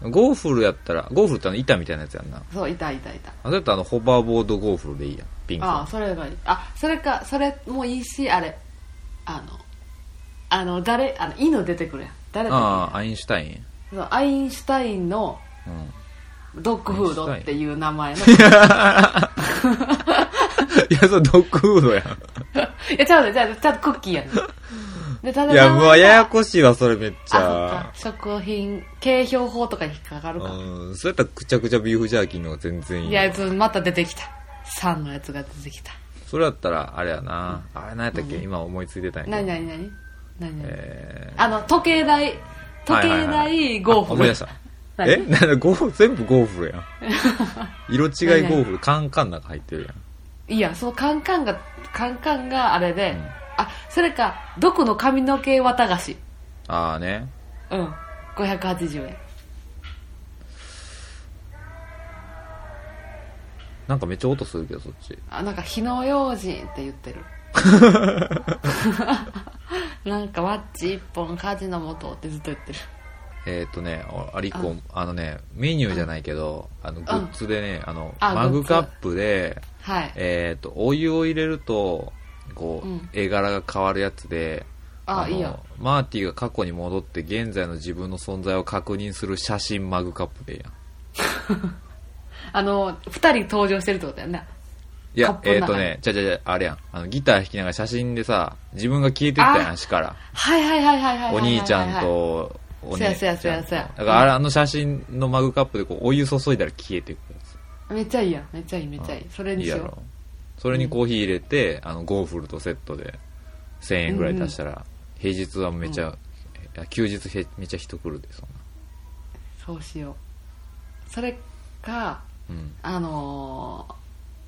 [SPEAKER 2] う
[SPEAKER 1] どゴーフルやったらゴーフルってあの板みたいなやつやんな
[SPEAKER 2] そういたいたいた
[SPEAKER 1] あだったらあのホバーボードゴーフルでいいやんピンクの
[SPEAKER 2] ああそれがいいあそれかそれもいいしあれあのあの誰あの犬出てくるやん誰だ
[SPEAKER 1] ああアインシュタイ ン
[SPEAKER 2] っけそうアインシュタインの
[SPEAKER 1] うん
[SPEAKER 2] ドッグフードっていう名前の
[SPEAKER 1] いやそれドッグフードやん
[SPEAKER 2] いやちゃうねちゃうねちゃんとクッキーやん でただ
[SPEAKER 1] いや
[SPEAKER 2] 名
[SPEAKER 1] も
[SPEAKER 2] 前
[SPEAKER 1] う
[SPEAKER 2] が
[SPEAKER 1] わややこしいわそれめっち
[SPEAKER 2] あ
[SPEAKER 1] ゃ
[SPEAKER 2] そっか食品景標法とかに引っかかるか
[SPEAKER 1] うんそうやったらくちゃくちゃビーフジャーキーの方が全然いい
[SPEAKER 2] いやつまた出てきた3のやつが出てきた
[SPEAKER 1] それやったらあれやなあれ何やったっけ今思いついてたんやけど
[SPEAKER 2] 何何何何何
[SPEAKER 1] え
[SPEAKER 2] あの時計台
[SPEAKER 1] ー
[SPEAKER 2] 時計
[SPEAKER 1] はいはいはい
[SPEAKER 2] 台ゴー
[SPEAKER 1] あ
[SPEAKER 2] フル
[SPEAKER 1] 思い出したえ
[SPEAKER 2] 何
[SPEAKER 1] なんだゴーフル全部ゴーフルや ん色違いゴーフルカンカンの中入ってるやん
[SPEAKER 2] いやそのカンカンがカンカンがあれで、あそれか毒の髪の毛綿菓子
[SPEAKER 1] ああね
[SPEAKER 2] うん580円
[SPEAKER 1] なんかめっちゃ音するけどそっち
[SPEAKER 2] あなんか火の用心って言っ てるなんかワッチ一本火事の元ってずっと言ってる
[SPEAKER 1] えっ、とねああれ一個あのねメニューじゃないけどあのグッズでねあの
[SPEAKER 2] あ
[SPEAKER 1] マ
[SPEAKER 2] グ
[SPEAKER 1] グ
[SPEAKER 2] ッズ
[SPEAKER 1] カップで
[SPEAKER 2] はい
[SPEAKER 1] えっ、とお湯を入れるとこう、
[SPEAKER 2] うん
[SPEAKER 1] 絵柄が変わるやつで
[SPEAKER 2] あ
[SPEAKER 1] の
[SPEAKER 2] いいや
[SPEAKER 1] マーティが過去に戻って現在の自分の存在を確認する写真マグカップでいいやん
[SPEAKER 2] あの二人登場してるってことやんないカ
[SPEAKER 1] や
[SPEAKER 2] ッ、プの
[SPEAKER 1] えっ、
[SPEAKER 2] 中
[SPEAKER 1] と
[SPEAKER 2] に
[SPEAKER 1] ね、じゃじゃじゃ、あれやん。あの、ギター弾きながら写真でさ、自分が消えてったやん、
[SPEAKER 2] あ
[SPEAKER 1] 足から。
[SPEAKER 2] はいはいはいはいはい
[SPEAKER 1] お
[SPEAKER 2] はいはいはい
[SPEAKER 1] 兄ちゃんと、お
[SPEAKER 2] そう
[SPEAKER 1] 姉
[SPEAKER 2] や
[SPEAKER 1] ち
[SPEAKER 2] そ
[SPEAKER 1] ゃ
[SPEAKER 2] うや
[SPEAKER 1] ん
[SPEAKER 2] そうや
[SPEAKER 1] と。
[SPEAKER 2] そうや
[SPEAKER 1] だから、あれあの写真のマグカップでこう、お湯注いだら消えていくやつ。
[SPEAKER 2] めっちゃいいやんめっちゃいいめっちゃいいそれに
[SPEAKER 1] いい
[SPEAKER 2] し
[SPEAKER 1] や
[SPEAKER 2] よう
[SPEAKER 1] ろ。それにコーヒー入れて、あの、ゴーフルとセットで、1000円ぐらい足したら、平日はめちゃ、いや休日へめちゃ人来るで、そん
[SPEAKER 2] そうしようそれか
[SPEAKER 1] な。うん。
[SPEAKER 2] あのー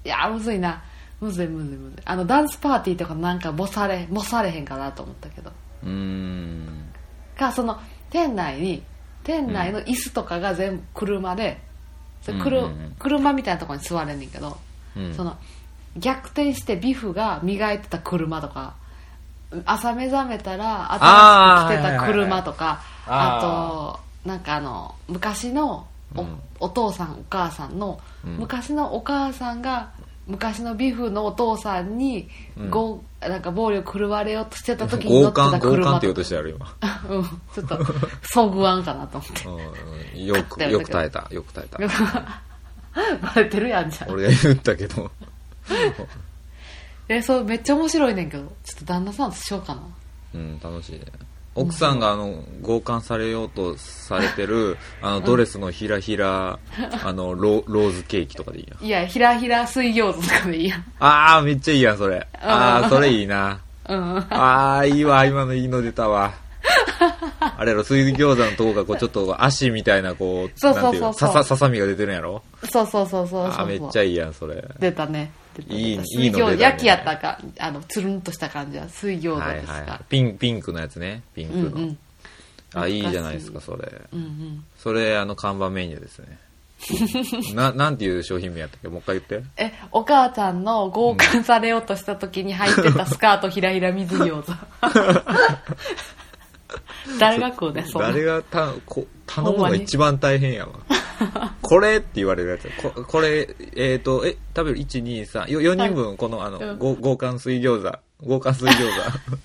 [SPEAKER 2] いやーむずいなむずいむずいむずいあのダンスパーティーとかなんかもされもされへんかなと思ったけど
[SPEAKER 1] うーん
[SPEAKER 2] かその店内に店内の椅子とかが全部車で、それくる
[SPEAKER 1] うんうんうん
[SPEAKER 2] 車みたいなところに座れんねんけど、
[SPEAKER 1] うん
[SPEAKER 2] その逆転してビフが磨いてた車とか朝目覚めたら
[SPEAKER 1] あー
[SPEAKER 2] 新しく来てた車とか
[SPEAKER 1] はいはいはいはい
[SPEAKER 2] あとなんかあの昔のお,、
[SPEAKER 1] うん
[SPEAKER 2] お父さんお母さんの、
[SPEAKER 1] うん
[SPEAKER 2] 昔のお母さんが昔のビフのお父さんに、
[SPEAKER 1] うん
[SPEAKER 2] ごなんか暴力振るわれようとしてた時に
[SPEAKER 1] 強
[SPEAKER 2] 乗って
[SPEAKER 1] 姦
[SPEAKER 2] た車
[SPEAKER 1] 強姦
[SPEAKER 2] と
[SPEAKER 1] っ
[SPEAKER 2] か
[SPEAKER 1] て言おうとしてある今
[SPEAKER 2] うんちょっと、遭遇案かなと思って。
[SPEAKER 1] うんうんよく
[SPEAKER 2] 勝ったよ
[SPEAKER 1] よく耐えたよく耐えた
[SPEAKER 2] バレてるやんじゃん。
[SPEAKER 1] 俺が言ったけど
[SPEAKER 2] え、そう、めっちゃ面白いねんけど、ちょっと旦那さんとしようかな。
[SPEAKER 1] うん楽しいね奥さんがあの強姦されようとされてるあのドレスのひらひらあのロローズケーキとかでいいない
[SPEAKER 2] や、ひらひら水餃子とかでいいやん。
[SPEAKER 1] ああめっちゃいいやんそれああそれいいな
[SPEAKER 2] うん。
[SPEAKER 1] ああいいわ今のいいの出たわあれやろ水餃子のとこがこうちょっと足みたいなこう
[SPEAKER 2] そうそう
[SPEAKER 1] なんてい
[SPEAKER 2] そう
[SPEAKER 1] の
[SPEAKER 2] そう
[SPEAKER 1] ささささみが出てるんやろ
[SPEAKER 2] そうそうそうそうそう
[SPEAKER 1] あ
[SPEAKER 2] そ
[SPEAKER 1] あ
[SPEAKER 2] う。
[SPEAKER 1] めっちゃいいやんそれ
[SPEAKER 2] 出たね。出た出た
[SPEAKER 1] いいいいの
[SPEAKER 2] 水
[SPEAKER 1] 出た
[SPEAKER 2] 餃
[SPEAKER 1] ね
[SPEAKER 2] 子、焼きやったか、あの、つるんとした感じは、水餃子
[SPEAKER 1] はい
[SPEAKER 2] です
[SPEAKER 1] は
[SPEAKER 2] が
[SPEAKER 1] い。ピンピンクのやつねピン
[SPEAKER 2] うん
[SPEAKER 1] ク
[SPEAKER 2] う
[SPEAKER 1] の、
[SPEAKER 2] ん。
[SPEAKER 1] あいいじゃないですかそれ
[SPEAKER 2] うんうん。
[SPEAKER 1] それあの看板メニューですね ななんていう商品名やったっけもう一回言って
[SPEAKER 2] え、お母ちゃんの強姦されようとした時に履いてたスカートひらひら水 餃子。誰が食うね、そんな。
[SPEAKER 1] 誰がたこ頼む
[SPEAKER 2] ほん
[SPEAKER 1] の
[SPEAKER 2] まに
[SPEAKER 1] 一番大変やわ これって言われるやつここれえっ、とえ食べる1234人分このあの、
[SPEAKER 2] うん
[SPEAKER 1] ご豪華水餃子豪華水餃子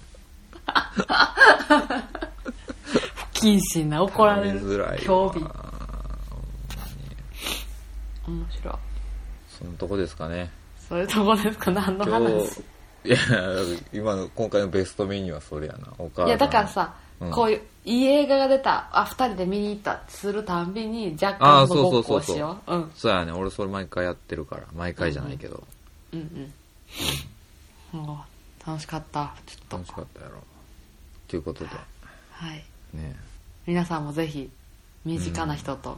[SPEAKER 2] 不謹慎な怒られ
[SPEAKER 1] 頼
[SPEAKER 2] る
[SPEAKER 1] みづらい
[SPEAKER 2] 興
[SPEAKER 1] わ
[SPEAKER 2] 味面白い
[SPEAKER 1] そのとこですかね
[SPEAKER 2] そういうとこですか何の
[SPEAKER 1] 今
[SPEAKER 2] 話
[SPEAKER 1] 日 いや今の今回のベストメニューはそれやなお母さん
[SPEAKER 2] いやだからさ、
[SPEAKER 1] うん
[SPEAKER 2] こういういい映画が出たあ二人で見に行ったってするたんびに若
[SPEAKER 1] あ
[SPEAKER 2] 干
[SPEAKER 1] あ
[SPEAKER 2] の
[SPEAKER 1] そうそ
[SPEAKER 2] ご
[SPEAKER 1] う
[SPEAKER 2] っ
[SPEAKER 1] そう
[SPEAKER 2] こを
[SPEAKER 1] そう
[SPEAKER 2] しよううん
[SPEAKER 1] そうやね俺それ毎回やってるから毎回じゃないけど、
[SPEAKER 2] うんうんもう楽しかったちょっ
[SPEAKER 1] 楽し
[SPEAKER 2] と
[SPEAKER 1] かったやろということで
[SPEAKER 2] はい
[SPEAKER 1] ね
[SPEAKER 2] 皆さんもぜひ身近な人と、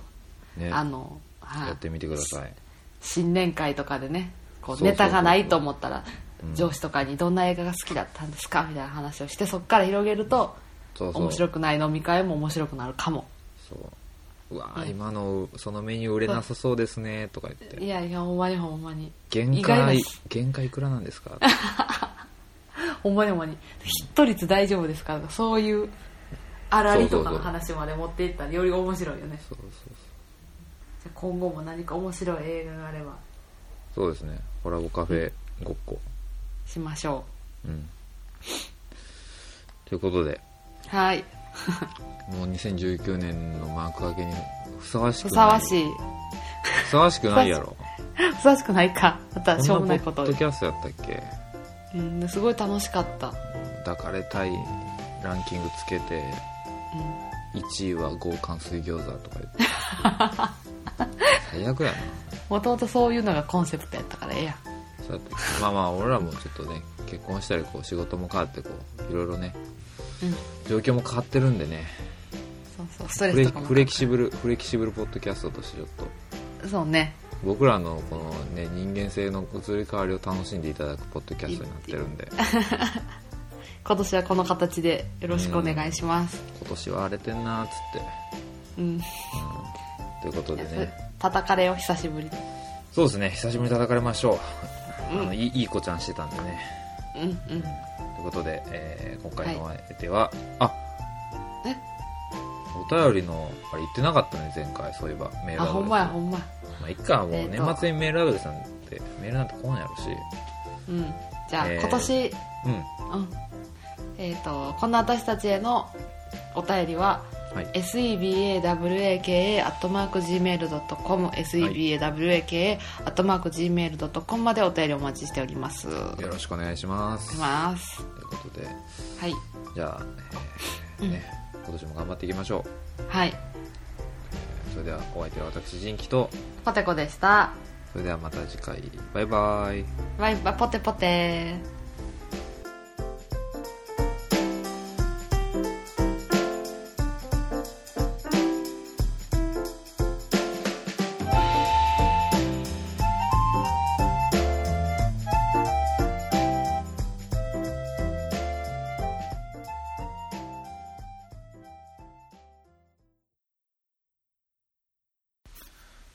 [SPEAKER 1] ね
[SPEAKER 2] あの、はい
[SPEAKER 1] やってみてください
[SPEAKER 2] 新年会とかでねこ
[SPEAKER 1] そうそうそ
[SPEAKER 2] う
[SPEAKER 1] う
[SPEAKER 2] ネタがないと思ったら上司とかにどんな映画が好きだったんですかみたいな話をしてそこから広げると
[SPEAKER 1] そうそう
[SPEAKER 2] 面白くない飲み会も面白くなるかも
[SPEAKER 1] そううわー今のそのメニュー売れなさそうですねとか言って
[SPEAKER 2] いやいやほんまにほんまに
[SPEAKER 1] 限
[SPEAKER 2] 意外な
[SPEAKER 1] 界
[SPEAKER 2] し
[SPEAKER 1] 限界いくらなん ですか
[SPEAKER 2] ほんまにほんまにヒット率大丈夫ですかとかそういうあらりとかの話まで持っていったらより面白いよね
[SPEAKER 1] そうそうそう
[SPEAKER 2] じゃあ今後も何か面白い映画があれば
[SPEAKER 1] そうですねコラボカフェごっこ
[SPEAKER 2] しましょ
[SPEAKER 1] うんということで
[SPEAKER 2] うはい
[SPEAKER 1] もう2019年の幕開けにふさわしく
[SPEAKER 2] ふ
[SPEAKER 1] ない
[SPEAKER 2] さわしい
[SPEAKER 1] ふさわしくないやろ
[SPEAKER 2] ふさわしくないかまたしょう
[SPEAKER 1] こ
[SPEAKER 2] も
[SPEAKER 1] ん
[SPEAKER 2] な
[SPEAKER 1] ないポ
[SPEAKER 2] こ
[SPEAKER 1] ッ
[SPEAKER 2] と
[SPEAKER 1] ドキャストやったっけ
[SPEAKER 2] うん、すごい楽しかった
[SPEAKER 1] 抱かれたいランキングつけて1位は豪華水餃子とか言って最悪やな
[SPEAKER 2] もともとそういうのがコンセプトやったからええやん
[SPEAKER 1] そうやってまあまあ俺らもちょっとね結婚したりこう仕事も変わってこういろいろね
[SPEAKER 2] うん
[SPEAKER 1] 状況も変わってるんでね
[SPEAKER 2] そうそうストレ
[SPEAKER 1] フレ
[SPEAKER 2] スとかも
[SPEAKER 1] フレキシブルフレキシブルポッドキャストとしてちょっと
[SPEAKER 2] そうね
[SPEAKER 1] 僕らのこのね人間性の移り変わりを楽しんでいただくポッドキャストになってるんで今
[SPEAKER 2] 今年はこの形でよろしくお願いします
[SPEAKER 1] 年は荒れてんなーっつって
[SPEAKER 2] うん、
[SPEAKER 1] ということでね
[SPEAKER 2] 叩かれよ久しぶり
[SPEAKER 1] そうですね久しぶりに叩かれましょう、あのいいいい子ちゃんしてたんでね
[SPEAKER 2] うんうん
[SPEAKER 1] ということで、えー今回のお相手は、あ
[SPEAKER 2] え
[SPEAKER 1] お便りのあれ言ってなかったね前回そういえばメールアド
[SPEAKER 2] あ
[SPEAKER 1] レス
[SPEAKER 2] ほんまやほんまや
[SPEAKER 1] まあ、いっかもう
[SPEAKER 2] えーと
[SPEAKER 1] 年末にメールアドレスなんてメールなんて来んやろし
[SPEAKER 2] うんじゃあ
[SPEAKER 1] えー
[SPEAKER 2] 今年、
[SPEAKER 1] うん
[SPEAKER 2] うんえっ、とこんな私たちへのお便りは
[SPEAKER 1] はい
[SPEAKER 2] sebawaka.gmail.com sebawaka.gmail.com までお便りお待ちしておりますお
[SPEAKER 1] よろしくお願いします
[SPEAKER 2] りま
[SPEAKER 1] と
[SPEAKER 2] す
[SPEAKER 1] いうことで
[SPEAKER 2] はい
[SPEAKER 1] じゃあ、えーね今年も頑張っていきましょう
[SPEAKER 2] はい
[SPEAKER 1] それではお相手は私仁キと
[SPEAKER 2] ポテコでした
[SPEAKER 1] それではまた次回バイバイ
[SPEAKER 2] バイバイポテポテ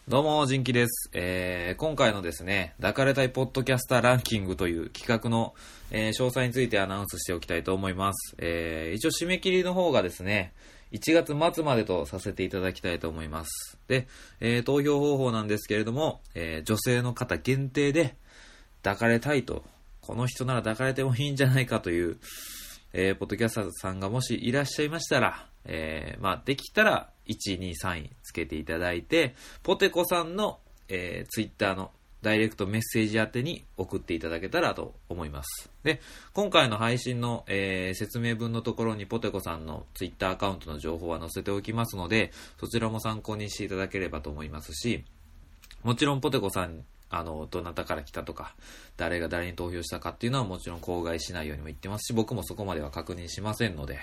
[SPEAKER 1] どうも、ジンキです。えー、今回のですね、抱かれたいポッドキャスターランキングという企画の、えー詳細についてアナウンスしておきたいと思います。えー、一応締め切りの方がですね、1月末までとさせていただきたいと思います。で、えー、投票方法なんですけれども、えー、女性の方限定で、抱かれたいと、この人なら抱かれてもいいんじゃないかという、えー、ポッドキャスターさんがもしいらっしゃいましたら、えー、まあ、できたら、1、2、3位つけていただいて、ポテコさんの、えー、ツイッターのダイレクトメッセージ宛てに送っていただけたらと思います。で、今回の配信の、えー説明文のところにポテコさんのツイッターアカウントの情報は載せておきますので、そちらも参考にしていただければと思いますし、もちろんポテコさん、あの、どなたから来たとか、誰が誰に投票したかっていうのはもちろん口外しないようにも言ってますし、僕もそこまでは確認しませんので、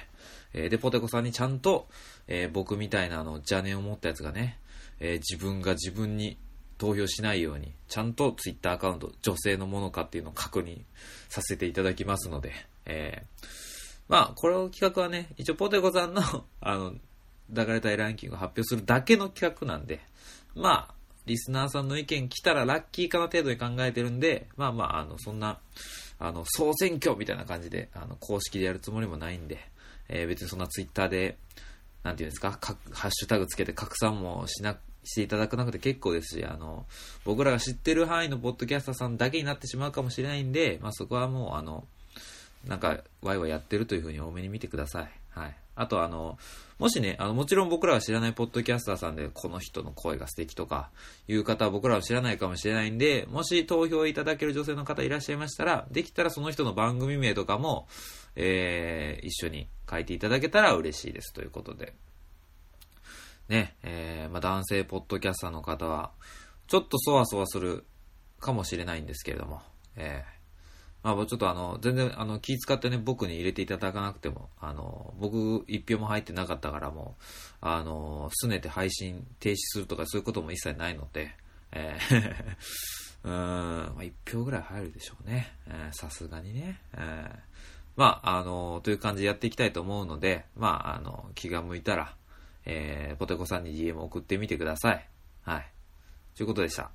[SPEAKER 1] えーで、ポテコさんにちゃんと、えー僕みたいなあの、邪念を持ったやつがね、えー自分が自分に投票しないように、ちゃんとツイッターアカウント、女性のものかっていうのを確認させていただきますので、えーまあ、これの企画はね、一応ポテコさんの、あの、抱かれたいランキングを発表するだけの企画なんで、まあ、リスナーさんの意見来たらラッキーかな程度に考えてるんで、まあまあ、あの、そんな、あの、総選挙みたいな感じで、あの、公式でやるつもりもないんで、えー別にそんなツイッターで、なんていうんですか、かハッシュタグつけて拡散もしな、していただかなくて結構ですし、あの、僕らが知ってる範囲のポッドキャスターさんだけになってしまうかもしれないんで、まあそこはもう、あの、なんか、ワイワイやってるというふうに多めに見てください。はい。あと、あの、もしね、あの、もちろん僕らは知らないポッドキャスターさんで、この人の声が素敵とか、いう方は僕らは知らないかもしれないんで、もし投票いただける女性の方いらっしゃいましたら、できたらその人の番組名とかも、えー、一緒に書いていただけたら嬉しいですということで。ね、えー、まあ、男性ポッドキャスターの方は、ちょっとそわそわするかもしれないんですけれども、えー、まあ、ちょっとあの、全然、あの、気使ってね、僕に入れていただかなくても、あの、僕、一票も入ってなかったから、もう、あの、すねて配信停止するとか、そういうことも一切ないので、えー うーん、まあ、一票ぐらい入るでしょうね。えーさすがにね。えーまあ、あの、という感じでやっていきたいと思うので、まあ、あの、気が向いたら、えー、ポテコさんに DM 送ってみてください。はい。ということでした。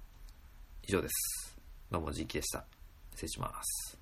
[SPEAKER 1] 以上です。どうも、ジンキでした。失礼します。